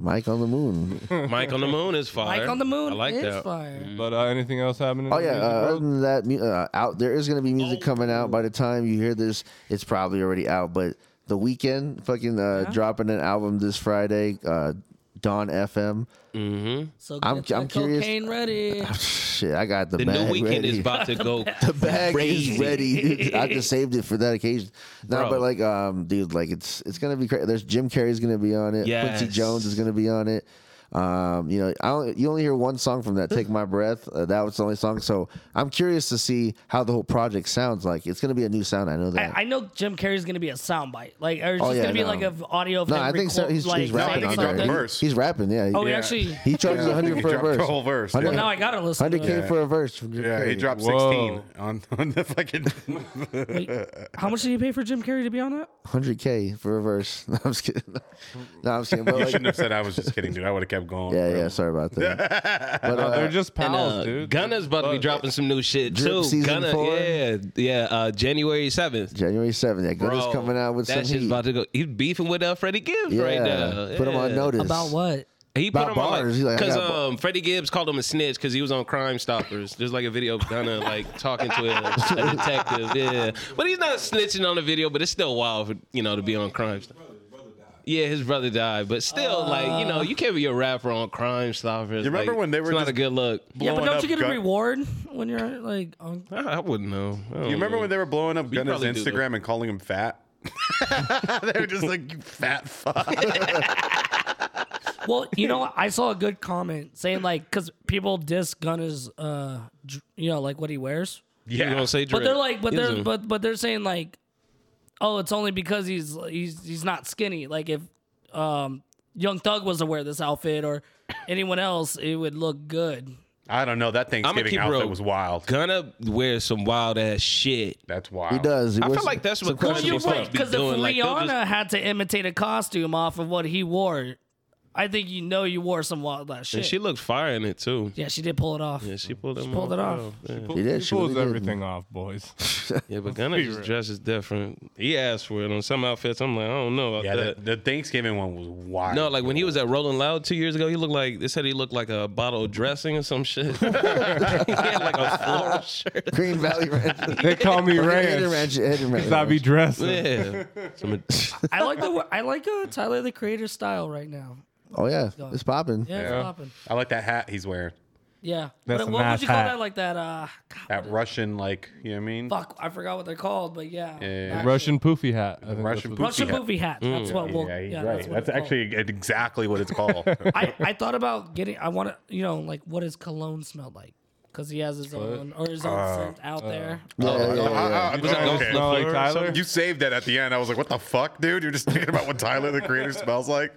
Mike on the moon. Mike on the moon is fire. Mike on the moon I like is that. Mm. fire. Mm-hmm. But uh, anything else happening? Oh yeah. Uh, other than that, mu- uh, out there is gonna be music coming out. By the time you hear this, it's probably already out. But the weekend, fucking uh, dropping an album this Friday. Uh, Dawn FM. So I'm- get the I'm curious- cocaine ready. Shit, I got the, The bag new weekend ready. is about to go. the bag is crazy. ready. I just saved it for that occasion. No, Bro. but like, um, dude, like it's it's gonna be crazy. There's Jim Carrey's gonna be on it. Quincy Yes. Jones is gonna be on it. Um, you know, I don't, you only hear one song from that. Take my breath. Uh, that was the only song. So I'm curious to see how the whole project sounds like. It's gonna be a new sound. I know that. I, I know Jim Carrey's gonna be a soundbite. Like, or it's Oh, just yeah, gonna be no. like an audio of no, him I think so. record- He's, like, he's rapping saying on he dropped there. the He- verse. He's rapping. Yeah. Oh, he, he actually. he charges 100 He for a dropped verse. the whole verse. Hundred- Well, Yeah. now I gotta listen. to 100k that. for a verse. from Jim yeah, he Carrey. dropped Whoa. 16 on, on the fucking. Wait, how much did you pay for Jim Carrey to be on that? 100k for a verse. No, I'm just kidding. No, I'm just kidding. But you like, shouldn't have said I was just kidding, dude. I would have kept going. Yeah, bro. yeah. Sorry about that. But No, uh, they're just And, pals, uh, dude. Gunna's about to be dropping some new shit Drip too. season Gunna, four? yeah, yeah. Uh, January seventh. January seventh. Yeah, Gunna's Bro, coming out with that some shit's heat. about to go. He's beefing with uh, Freddie Gibbs yeah, right now. put him on Yeah. notice. About what? He put About him on bars. He's like, I because got bar- um, Freddie Gibbs called him a snitch because he was on Crime Stoppers. There's like a video of Gunna like talking to a, a detective. Yeah, but he's not snitching on the video. But it's still wild, for, you know, to be on Crime Stoppers. Yeah, his brother died, but still, like you know, you can't be a rapper on Crime Stoppers. You remember Like, when they were It's not just a good look. Yeah, but blowing don't up you get a Gun- reward when you're like on? I, I wouldn't know. I don't You remember know. when they were blowing up Gunna's probably do, though. Instagram and calling him fat? they were just like, you fat fuck. Well, you know, I saw a good comment saying like, because people diss Gunna's, uh, dr- you know, like what he wears, you gonna say? but they're drip. like, but He they're doesn't. but but they're saying like, oh, it's only because he's he's he's not skinny. Like if um Young Thug was to wear this outfit or anyone else, it would look good. I don't know. That Thanksgiving keep outfit real. was wild. Gunna wears some wild ass shit. That's wild. He does. He I was- feel like that's what Well, Gunna you're was right supposed to be because if doing. Like, they'll Rihanna just- had to imitate a costume off of what he wore, I think you know you wore some wild ass shit. and she looked fire in it too. yeah, she did pull it off. Yeah, she pulled, him pulled it off. Yeah. Pull- He did, He she really pulls did. everything off, boys. Yeah, but Gunna just dresses different. He asked for it on some outfits. I'm like, I don't know about Yeah, that. the, the Thanksgiving one was wild. no, like when he was at Rolling Loud two years ago, he looked like they said he looked like a bottle of dressing or some shit. he had like a floral shirt. Green Valley Ranch. they call me Hidden Ranch. Ranch Hidden Ranch. because I be dressing. Yeah, Some- I like the I like uh, Tyler the Creator style right now. Oh yeah, it's popping. Yeah, it's Yeah. popping. I like that hat he's wearing. Yeah. That's what a what nice would you call hat. that? Like that? Uh, God, That Russian, like, you know what I mean? fuck, I forgot what they're called, but yeah. Yeah. Actually, Russian poofy hat. Mm. I think Russian that's poofy what- Russian hat. movie hat. That's what we'll. Yeah, he's yeah, right. That's, what That's, it's actually exactly what it's called. called. I, I thought about getting. I want to. You know, like what does cologne smell like? Because he has his own or his own Uh, scent out there. Yeah, Oh, yeah, yeah. Uh, was that okay. Ghost of Smell like Fleur or Tyler? something? You saved that at the end. I was like, "What the fuck, dude? You're just thinking about what Tyler the Creator smells like."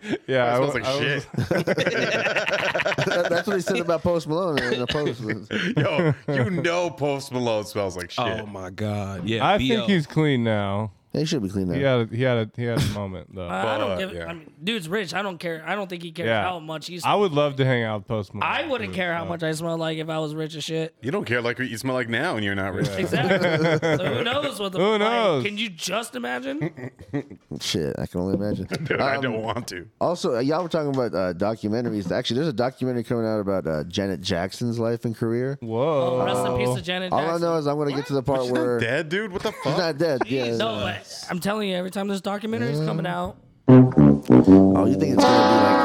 It Yeah, I smells w- like I was- shit. That- that's what he said about Post Malone in the post. Yo, you know Post Malone smells like shit. Oh my god. Yeah, I B.O. think he's clean now. They should be clean He now. had a, he had a, he had a moment though. I I don't Fuck, give. yeah. I mean, dude's rich. I don't care. I don't think he cares Yeah. how much he's. I Mm, I, would love to hang out with Post Malone. wouldn't too. care how much I smell like if I was rich as shit. You don't care like what you smell like now, and you're not rich. Exactly. so who knows what the Who like, knows? can you just imagine? Shit, I can only imagine. Dude, I Um, don't want to. Also, uh, y'all were talking about uh, documentaries. Actually, there's a documentary coming out about uh, Janet Jackson's life and career. Whoa. Rest in peace to Janet. All I Jackson. know is I'm gonna get to the part She's where not dead, dude. What the fuck? she's not dead. Yeah. No, but I'm telling you, every time this documentary's coming out, Oh, you think it's gonna be like?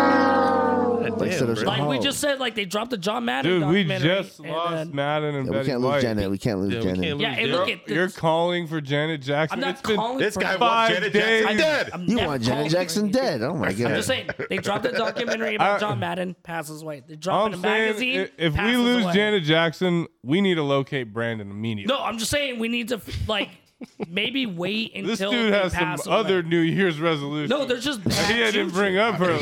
like, damn, sort of- bro. like we oh. just said, like they dropped the John Madden Dude, we documentary. just and lost then- Madden and Yeah, we Betty can't White. lose Janet. We can't lose Yeah, we Janet. can't yeah, lose and Janet. look at this. You're calling for Janet Jackson. I'm not It's been- calling this for guy Five wants Janet Jackson days. dead. I'm You not want Janet calling Jackson for it. dead? Oh my I'm god! just saying they dropped a documentary about I- John Madden passes away. They Uh, I'm dropped a saying magazine. i- if we passes lose away. Janet Jackson, we need to locate Brandon immediately. no, I'm just saying we need to like maybe wait until this dude they has some pass away. other New Year's resolution. No, they're just he bad didn't juju. bring up her.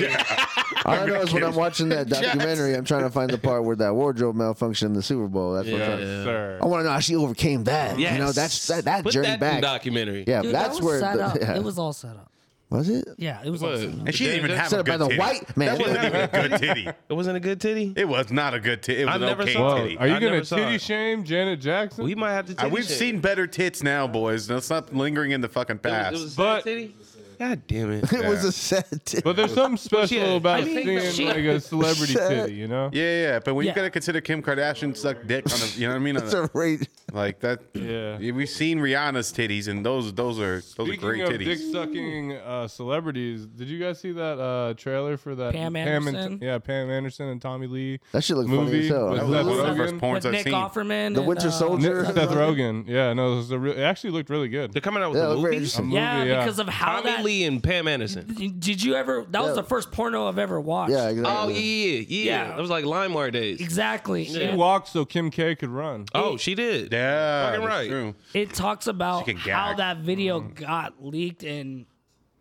All I know is when I'm watching that Jets. documentary, I'm trying to find the part where that wardrobe malfunction in the Super Bowl. That's what I'm trying. Yes, sir. I want to know how she overcame that. Yes. You know, that's that, that Put journey that in back. documentary. yeah, Dude, that's that was where set the- up. yeah. It was all set up. was it? Yeah, it was all What? set up. And she didn't even have Set a up by good the titty. white man. That wasn't even a good titty. It wasn't a good titty. It was not a good titty. It was I've an never okay saw it. titty. Are you I gonna never saw titty it. shame Janet Jackson? We might have to. Uh, Titty we've shame. seen better tits now, boys. Let's not lingering in the fucking It was- past. it was But- titty. God damn it. It was a sad. tip. but there's something special yeah, about I think seeing she- like a celebrity titty, you know? yeah, yeah, but when Yeah. you gotta consider Kim Kardashian sucked dick on a, you know what I mean? On It's a- a rate. like that. Yeah. we've seen Rihanna's titties, and those those are those Speaking are great of titties. dick sucking uh, celebrities, did you guys see that uh, trailer for that Pam and- Anderson? yeah, Pam Anderson and Tommy Lee That shit look funny movie? as hell. with that was Seth one of the first Rogen? porns With I've Nick seen. Offerman, The and, Winter uh, Soldier. Seth Rogen. Yeah, no, it, was a real, it actually looked really good. They're coming out with Yeah, it a looked very movie. interesting. Yeah, movie, yeah. because of how Tommy that. Lee and Pam Anderson. Did you ever? That was the first porno I've ever watched. Yeah, Oh exactly. yeah, yeah. Yeah. That was like LimeWire days. Exactly. She And walked so Kim K could run. Oh, she did. yeah, Fucking that's right. True. It talks about She can how gag. Mm-hmm. that video got leaked and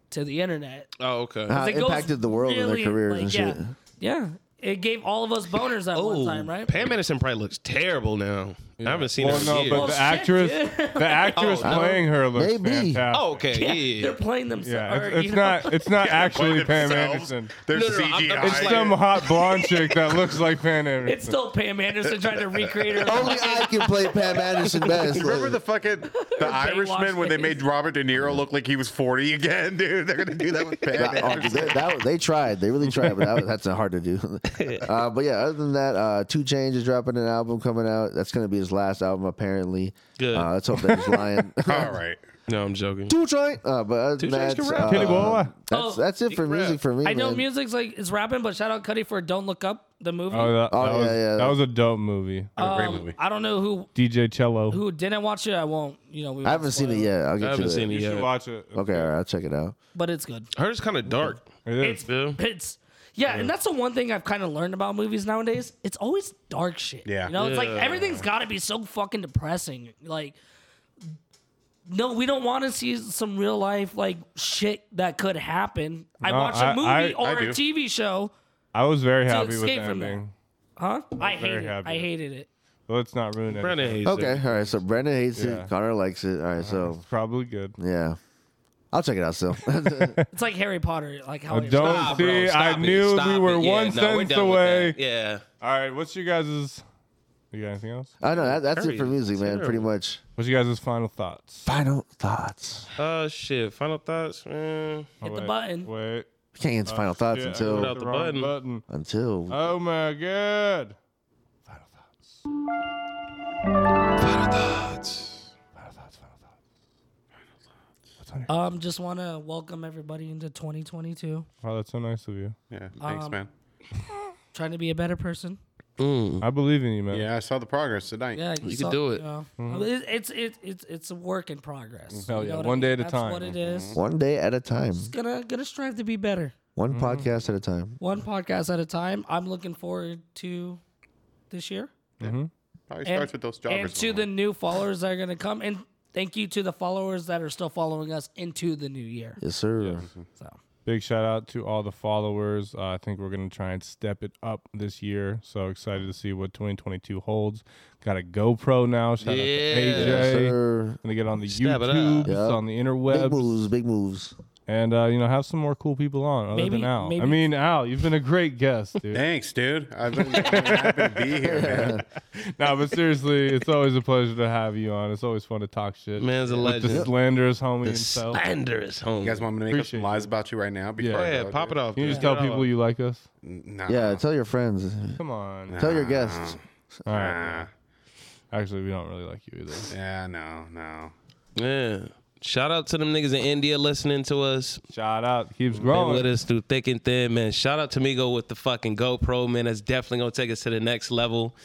to the internet. Oh, okay. How Uh, it goes impacted the world and really, their careers like, and yeah. shit. Yeah. It gave all of us boners at one Oh, time, right? Pam Anderson probably looks terrible now. I haven't seen Well, her. no, in but years. the shit, actress, dude. the actress Oh, playing her looks Maybe. fantastic. oh, okay, Yeah, yeah. They're playing themselves. yeah, or, it's, you it's know, not, it's not actually Pam Anderson. There's No, no, no, I'm- I'm CGI. just like- Some hot blonde chick that looks like Pam Anderson. It's still Pam Anderson trying to recreate her. Only I can play Pam Anderson best. Remember the fucking the Irishman when they days. made Robert De Niro look like he was 40 again, dude? They're gonna do that with Pam that, oh, Anderson. that- that- they tried. They really tried, but that, was- that's uh, hard to do. Uh, but yeah, other than that, uh, Two Chainz is dropping an album coming out. That's gonna be his last album, apparently. Good. Uh, let's hope that he's lying. All right. No, I'm joking. Two Chainz. Uh, but other than Two Chainz that, can rap. uh, Kitty boy. that's Oh, that's it for rap. music for me. I know man. music's like it's rapping, but shout out Cuddy for "Don't Look Up" the movie. Oh, that, Oh, that yeah, was, yeah. that was a dope movie. Um, I don't know who DJ Cello. who didn't watch it. I won't. You know, we I haven't seen it yet. I'll get I to haven't seen you it should yet. watch it. Okay, all right, I'll check it out. but it's good. Hers kind of dark. It is. It's Yeah. it's yeah, and that's the one thing I've kind of learned about movies nowadays. It's always dark shit. Yeah. you know, it's like Yeah. everything's got to be so fucking depressing. Like, no, we don't want to see some real life like shit that could happen. I No, watch I- a movie I- or I a do. TV show, I was very happy with the escape from that. ending. huh? very I hated. it. happy. I hated it. Let's not ruin it. Brandon hates Okay, it. all right. So Brandon hates Yeah. it. Connor likes it. All right, so Probably good. yeah, I'll check it out still. It's like Harry Potter. Like how I it- don't Stop, see. bro, I stop it, knew stop we it. were Yeah, one no, we're sentence done with away. that. Yeah. All right, what's you guys' You got anything else? I know that, that's it for Hurry, music, man. Pretty terrible. much. What's you guys' final thoughts? Final thoughts. Oh shit. Final thoughts, man. Hit the Oh, Wait, button. Wait. Can't get to Uh, final thoughts Shit, I until hit Without the wrong button. until Oh my god. Final thoughts. Final thoughts. Um, just want to welcome everybody into 2022. Wow, that's so nice of you. Yeah. Thanks, Um, man. Trying to be a better person. I believe in you, man. Yeah, I saw the progress tonight. Yeah, You can do it. know. It- it's it, it's it's a work in progress. Hell You yeah, know what one I mean? day at a That's time. What it is. one day at a time, Gonna gonna strive to be better, one podcast at a time. one podcast at a time. I'm looking forward to this year Probably and, starts with those joggers. and to the new followers that are gonna come. And thank you to the followers that are still following us into the new year. Yes, sir. So Big shout out to all the followers. Uh, I think we're going to try and step it up this year. So excited to see what 2022 holds. Got a GoPro now. Shout out to Yeah. Yes, AJ. sir. Gonna get on the Stab it up. YouTube, Yep. on the Big interwebs, moves, big moves. and uh, you know have some more cool people on other Maybe- than Al. I maybe- mean, Al, you've been a great guest, dude. Thanks, dude. I've been happy to be here, man. no, but seriously, it's always a pleasure to have you on. It's always fun to talk shit. Man's a with the legend. slanderous homie The himself. slanderous home. You guys want me to make Appreciate up some lies about you right now? Before I yeah, go, pop dude? it off. Can you dude. just tell Get it people off. you like us? Nah. Yeah, tell your friends. Come on. Tell your guests. All right. Nah. Actually, we don't really like you either. Yeah, no, no. Yeah. Shout out to them niggas in India listening to us. Shout out. Keeps Been growing. with us through thick and thin, man. Shout out to Migo with the fucking GoPro, man. That's definitely gonna take us to the next level.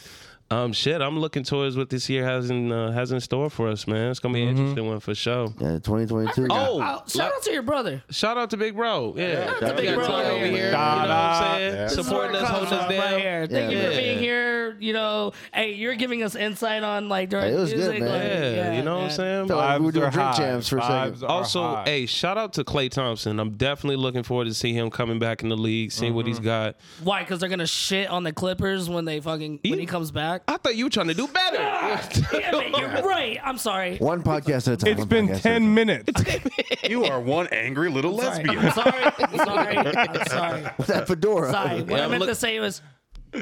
Um, shit, I'm looking towards what this year has in uh, has in store for us, man. It's gonna be an interesting one for sure. Yeah, 2022. Oh, Oh, shout out to your brother. Shout out to Big Bro. Yeah. out to Big We got Bro. Tug over here. Shout you know what out. I'm saying? Yeah. This is Supporting our us, holding concept us down. Right here. Thank you for Yeah. being here. you're, you know, hey, you're giving us insight on like during Hey, it was good, music. man. like, Yeah, you know what I'm man. saying? Felt like we were Vibes are doing drink high. jams for a second. Vibes are Also, high. hey, shout out to Clay Thompson. I'm definitely looking forward to see him coming back in the league, seeing what Mm-hmm. he's got. Why? Because they're gonna shit on the Clippers when they fucking when he comes back. I thought you were trying to do better. Yeah, man, you're right. I'm sorry. One podcast at a time. It's one been podcast at a time. 10 minutes. You are one angry little Sorry. lesbian. I'm sorry. I'm sorry. I'm sorry. That fedora. Sorry. What Yeah, I I'm meant look- to say was no,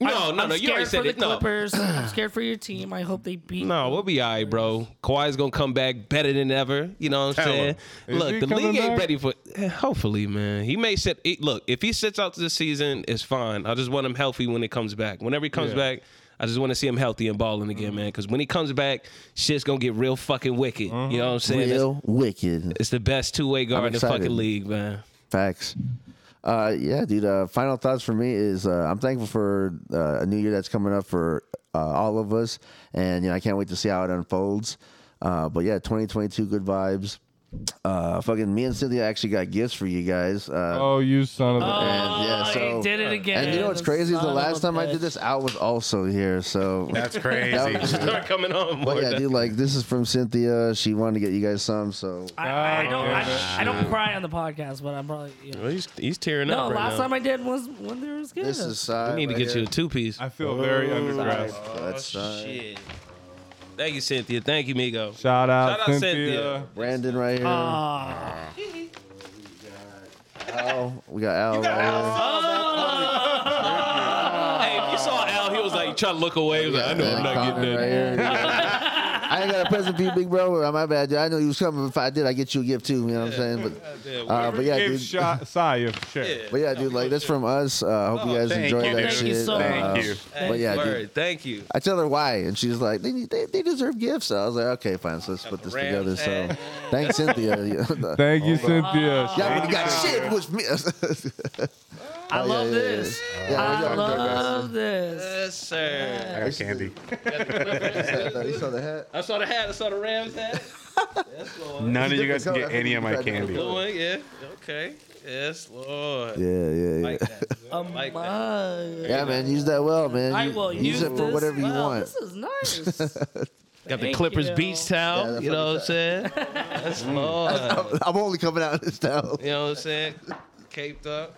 no, I'm no. You already scared for said the it. No. Clippers. I'm scared for your team. I hope they beat. No, we'll be all right, bro. Kawhi's gonna come back better than ever. You know what I'm saying? Is Look, he the coming league ain't back? ready for. eh, Hopefully, man. He may sit. He, look, if he sits out this season, it's fine. I just want him healthy when it comes back. Whenever he comes back, I just want to see him healthy and balling Mm. again, man. Because when he comes back, shit's gonna get real fucking wicked. Uh-huh. You know what I'm saying? It's, Real wicked. it's the best two way guard in the excited. fucking league, man. Facts. Uh, yeah, dude. Uh, final thoughts for me is uh, I'm thankful for uh, a new year that's coming up for uh, all of us, and you know I can't wait to see how it unfolds. Uh, but yeah, 2022, good vibes. Uh, fucking me and Cynthia actually got gifts for you guys. Uh, Oh, you son of a. and yeah, Oh, so uh, he did it again. and you know what's crazy is the Son of last a time I bitch. did this, Al was also here. So That's crazy. Start coming on more. But yeah, than- dude, like this is from Cynthia. She wanted to get you guys some, so I, Oh, I don't. God I, I don't cry on the podcast, but I'm probably. Yeah. Well, he's, he's tearing No, up right last now. time I did was when there was good. this is side. I need to right get here. you a two piece. I feel very underdressed. That's side. Shit. Thank you, Cynthia. Thank you, Migo. Shout out, Shout out Cynthia. Cynthia. Brandon right here. Uh, Ah, Al. We got Al. right Hey, here. if you saw Al, he was like trying to look away. He was like, I know I'm And not Connor getting right that. here. I ain't got a present for you, big bro. My bad, dude. I know you was coming. If I did, I get you a gift too. You know what I'm saying? But, uh, but yeah, Give dude. shot, Saya for sure. But yeah, dude. Like that's from us. Uh, I Oh, hope you guys thank enjoyed you, that dude. Thank you shit. so Uh, much. Thank you. But yeah, dude. Word. Thank you. I tell her why, and she's like, they, they, they deserve gifts. So I was like, okay, fine. So let's put this together. Rams So ass. thanks, Cynthia. Yeah, Y'all Thank you, Cynthia. would've got shit with me. I Oh, yeah, love yeah, yeah. this. Yeah, I yeah. love this. Yes, sir. I got candy. You saw the hat? I saw the hat. I saw the Rams hat. None of you guys can different color. get any of my candy. Blue one, yeah. Okay. Yes, Lord. Yeah, yeah, yeah. Like that. Like that. Mug. Yeah, man, use that well, man. I You- will use use it for this. whatever you Wow, want. This is nice. Got the Thank Clippers you. beach Yeah, towel. that's you know what I'm saying? That's Mm. Lord. I'm only coming out this now. You know what I'm saying? Caped up.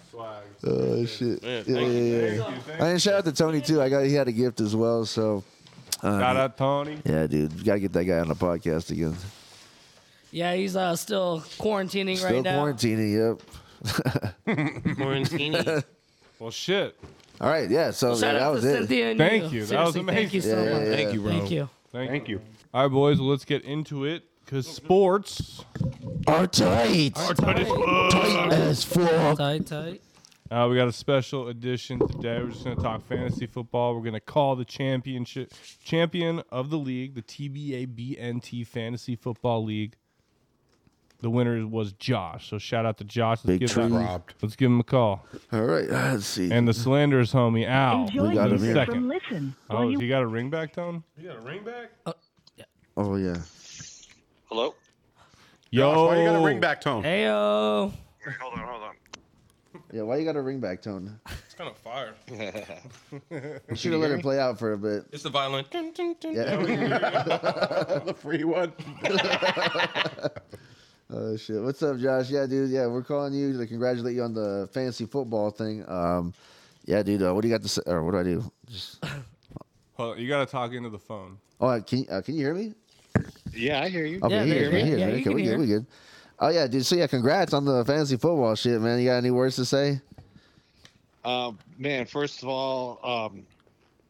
Oh shit! Yeah, yeah, thank you, yeah. And shout out to Tony too. I got he had a gift as well. So Shout out, Tony. yeah, dude, you gotta get that guy on the podcast again. yeah, he's uh, still quarantining Still right now. quarantining. Yep. Quarantini. Well, shit. All right. Yeah. So yeah, Shout that out was to it. Cynthia and Thank you. That was Seriously, Thank you amazing. so Yeah, much. yeah, Thank you, bro. Thank you. Thank, Thank you. All right, boys, well, let's get into it because sports. Our tight. Tight as fuck. Tight, tight. Uh, we got a special edition today. We're just going to talk fantasy football. We're going to call the championship champion of the league, the TBA BNT Fantasy Football League. The winner was Josh. So shout out to Josh. Let's, Big give, tree. that, Robbed. let's give him a call. All right. uh, Let's see. And the slanderous homie Al. Enjoy got him music here. from Listen. Oh, he got a ring back tone? oh yeah. Hello? Yo, Why you got a ring back tone? Heyo. Here, hold on, hold on. Yeah. Why you got a ring back tone? It's kind of fire. You should have let it play out for a bit. It's the violin. Yeah. The free one. Oh shit! What's up, Josh? Yeah, dude. Yeah, we're calling you to congratulate you on the fantasy football thing. Um, yeah, dude. Uh, what do you got to say? Or what do I do? Just, Hold on, you got to talk into the phone. oh, uh, can uh, can you hear me? Yeah, I hear you. Okay, Yeah, he they is, hear he me. is, Yeah, man. you okay, can we hear. good, we good. Oh yeah, dude. So yeah, congrats on the fantasy football shit, man. You got any words to say? Um, man, first of all, um,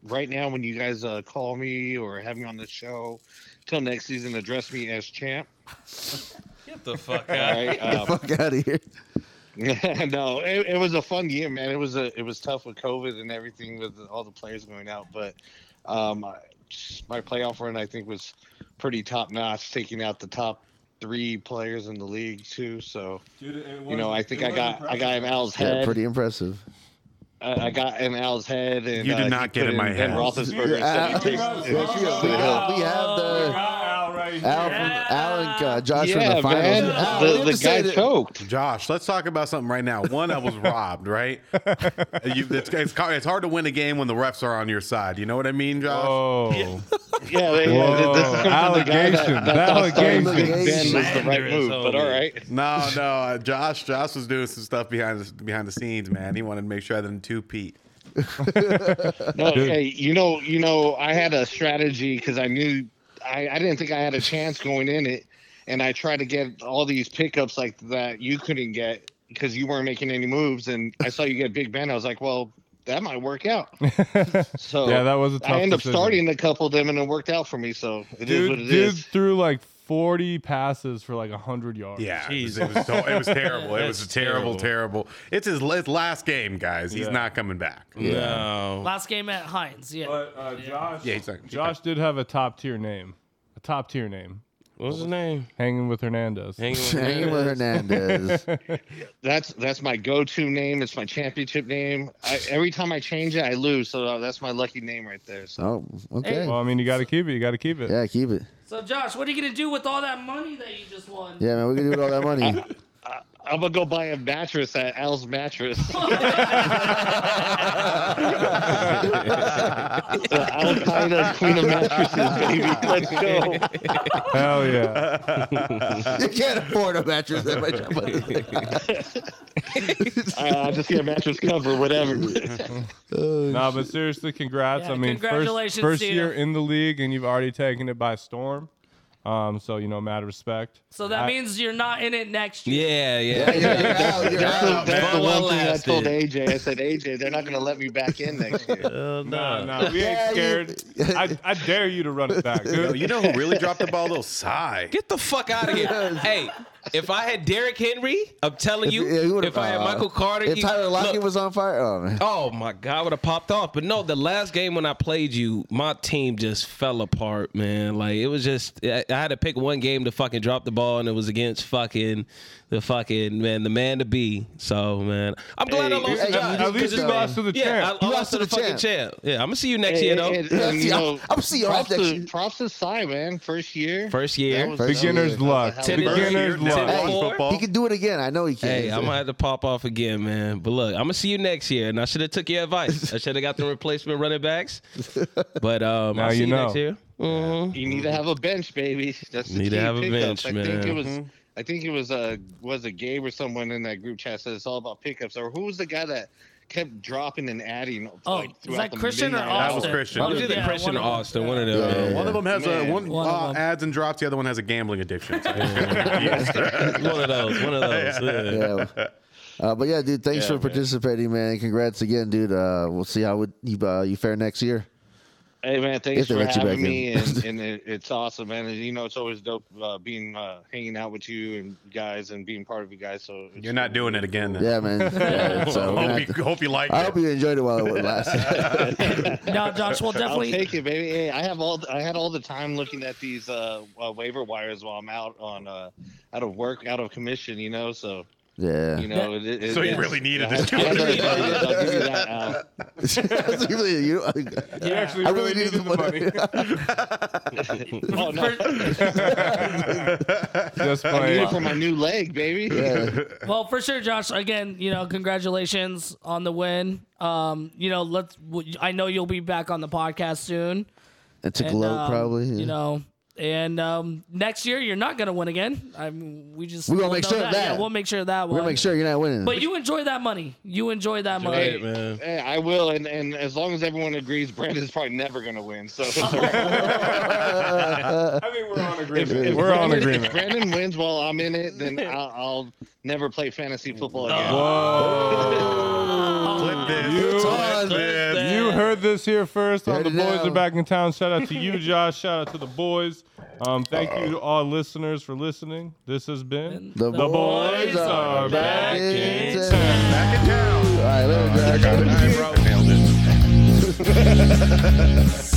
right now when you guys uh, call me or have me on the show, till next season, address me as champ. Get the fuck All out. right. Um, Fuck out of here. no, it, it was a fun year, man. It was a it was tough with COVID and everything with all the players going out, but um, I- my playoff run I think was pretty top notch, taking out the top three players in the league too. So you know, I think I got I got in Al's Yeah, head. pretty impressive. I, I got in Al's head, and You did uh, not get he put in my head. Ben Roethlisberger. Yeah, said he Al- takes- We have, we have the Al right right Al, here. from, Al and uh, Josh from Yeah, the finals. man. Al, The- we have the to say guy that- choked. Josh, let's talk about something right now. One, I was robbed, right? You, it's, it's, ca- it's hard to win a game when the refs are on your side. You know what I mean, Josh? Oh, Yeah, they, Whoa, this comes from the guy that, allegations, that thought starting Big allegations. Ben was the right Slander is move. But over. all right, No, no, uh, Josh. Josh was doing some stuff behind the, behind the scenes, man. He wanted to make sure I didn't two Pete. no, hey, you know, you know, I had a strategy because I knew I, I didn't think I had a chance going in it, and I tried to get all these pickups like that you couldn't get because you weren't making any moves, and I saw you get Big Ben. I was like, well, that might work out. So Yeah, that was a tough I ended up decision. starting a couple of them, and it worked out for me. So it is dude, what it is. dude threw like 40 passes for like 100 yards. Yeah, it was, Jeez. it was, so- it was terrible. It was That's terrible, terrible, It's his la- last game, guys. He's Yeah. not coming back. No. Last game at Heinz, yeah. But uh, Josh, Yeah, he's not- Josh did have a top tier name, a top tier name, What's his name? hanging with Hernandez. Hanging with Daniel Hernandez. Hernandez. That's that's my go-to name. It's my championship name. I, every time I change it, I lose. So uh, that's my lucky name right there. So Oh, okay. well, I mean, you got to keep it. You got to keep it. Yeah, keep it. So Josh, what are you gonna do with all that money that you just won? Yeah, man, we're gonna do all that money. I'm gonna go buy a mattress at Al's Mattress. Al Qaeda, Queen of Mattresses, baby. Let's go. Hell yeah. you can't afford a mattress at my job. I- Uh, I'll just get a mattress cover, whatever. nah, but seriously, congrats. Yeah, I mean, congratulations, first, first Tina. year in the league, and you've already taken it by storm. Um, so you know, mad respect. So that I- means you're not in it next year. Yeah, yeah. Yeah, you're out. You're That's, the, out. that's the man. one thing I Well told lasted. AJ. I said, AJ, they're not gonna let me back in next year. Nah, nah, we ain't Yeah, you- scared. I, I dare you to run it back, Yo, dude. you know who really dropped the ball though? Sigh. Get the fuck out of here. hey, if I had Derrick Henry, I'm telling you, yeah, he if, would've- I had uh, Michael Carter, If you- Tyler Lockett look, was on fire, oh man. Oh my God, would have popped off. But no, the last game when I played you, my team just fell apart, man. Like it was just I, I had to pick one game to fucking drop the ball, and it was against fucking the fucking man, the man to be. So man, I'm glad I Hey, lost. hey, to yeah, Josh, you At least 'cause you it's- though. lost to the Yeah, champ. I, I You lost to the, fucking champ. champ. Yeah, I'm gonna see you next year though. And- Yeah, and, see, you I'm- know, I'm seeing all props that to- shit. Props to Cy, man. First year. First year. That First was- that was- Beginner's that was luck. a hell of a- Beginner's Beginner's luck. luck. Hey, football. He can do it again. I know he can. Hey, I'm gonna have to pop off again, man. But look, I'm gonna see you next year, and I should have took your advice. I should have got the replacement running backs. But um, Now I'll see you you next know. year. Mhm. You need to have a bench, baby. That's the Need to key have a pickups. bench, I think man. it was. Mm-hmm. I think it was uh, was a Gabe or someone in that group chat said it's all about pickups. Or who was the guy that kept dropping and adding? Oh, like, is throughout that the Christian or midnight Austin? That hour? was Christian. It One was of either yeah, Christian one or of them. Austin, one of them. Yeah. man. Uh, One of them has Man. a one, One of uh, them. adds and drops. The other one has a gambling addiction. So- one of those. One of those. yeah. yeah. Uh, but yeah, dude, thanks for participating, man. Congrats again, dude. Uh, we'll see how would you uh, you fare next year. Hey man, thanks If they for let you back having me, in. and, and it, it's awesome, man. And, you know, it's always dope uh, being uh, hanging out with you and guys and being part of you guys. So it's You're not doing it again. Then. Yeah, man. Yeah, so we're gonna hope, have you, to- hope you like I it. hope you enjoyed it while it lasted. No, Josh, we'll I'll definitely take it, baby. Hey, I have all I had all the time looking at these uh, uh, waiver wires while I'm out on uh, out of work, out of commission. You know, so Yeah. you know, it, it, so you it's- really needed Yeah, it. I- I know it is. I'll give you that, Al. Really, you- You actually I really really needed needed the money. Oh, no. Just I need playing. it for my new leg, baby. Well, for sure, Josh. Again, you know, congratulations on the win. Um, you know, let's. w- I know you'll be back on the podcast soon. it took a And, load, um, probably. yeah. You know, and um, next year you're not gonna win again. I mean, we just We gonna we'll make know sure of that. Yeah, we'll make sure of that we're one. gonna make sure you're not winning. But you enjoy that money. You enjoy that money. Hey, hey, I will, and, and as long as everyone agrees, Brandon's probably never gonna win. So I think we're on agreement. if We're on Brandon- agreement. If Brandon wins while I'm in it, then I'll, I'll never play fantasy football again. Oh, Clip this. You- Clip this. You heard this here first on Heard The it Boys Are now. Back in Town. Shout out to you, Josh. Shout out to the boys. Um, thank you to all listeners for listening. This has been the, The Boys Are Back in Town. Back in town. All right, later, guys. All right, bro. Nailed it.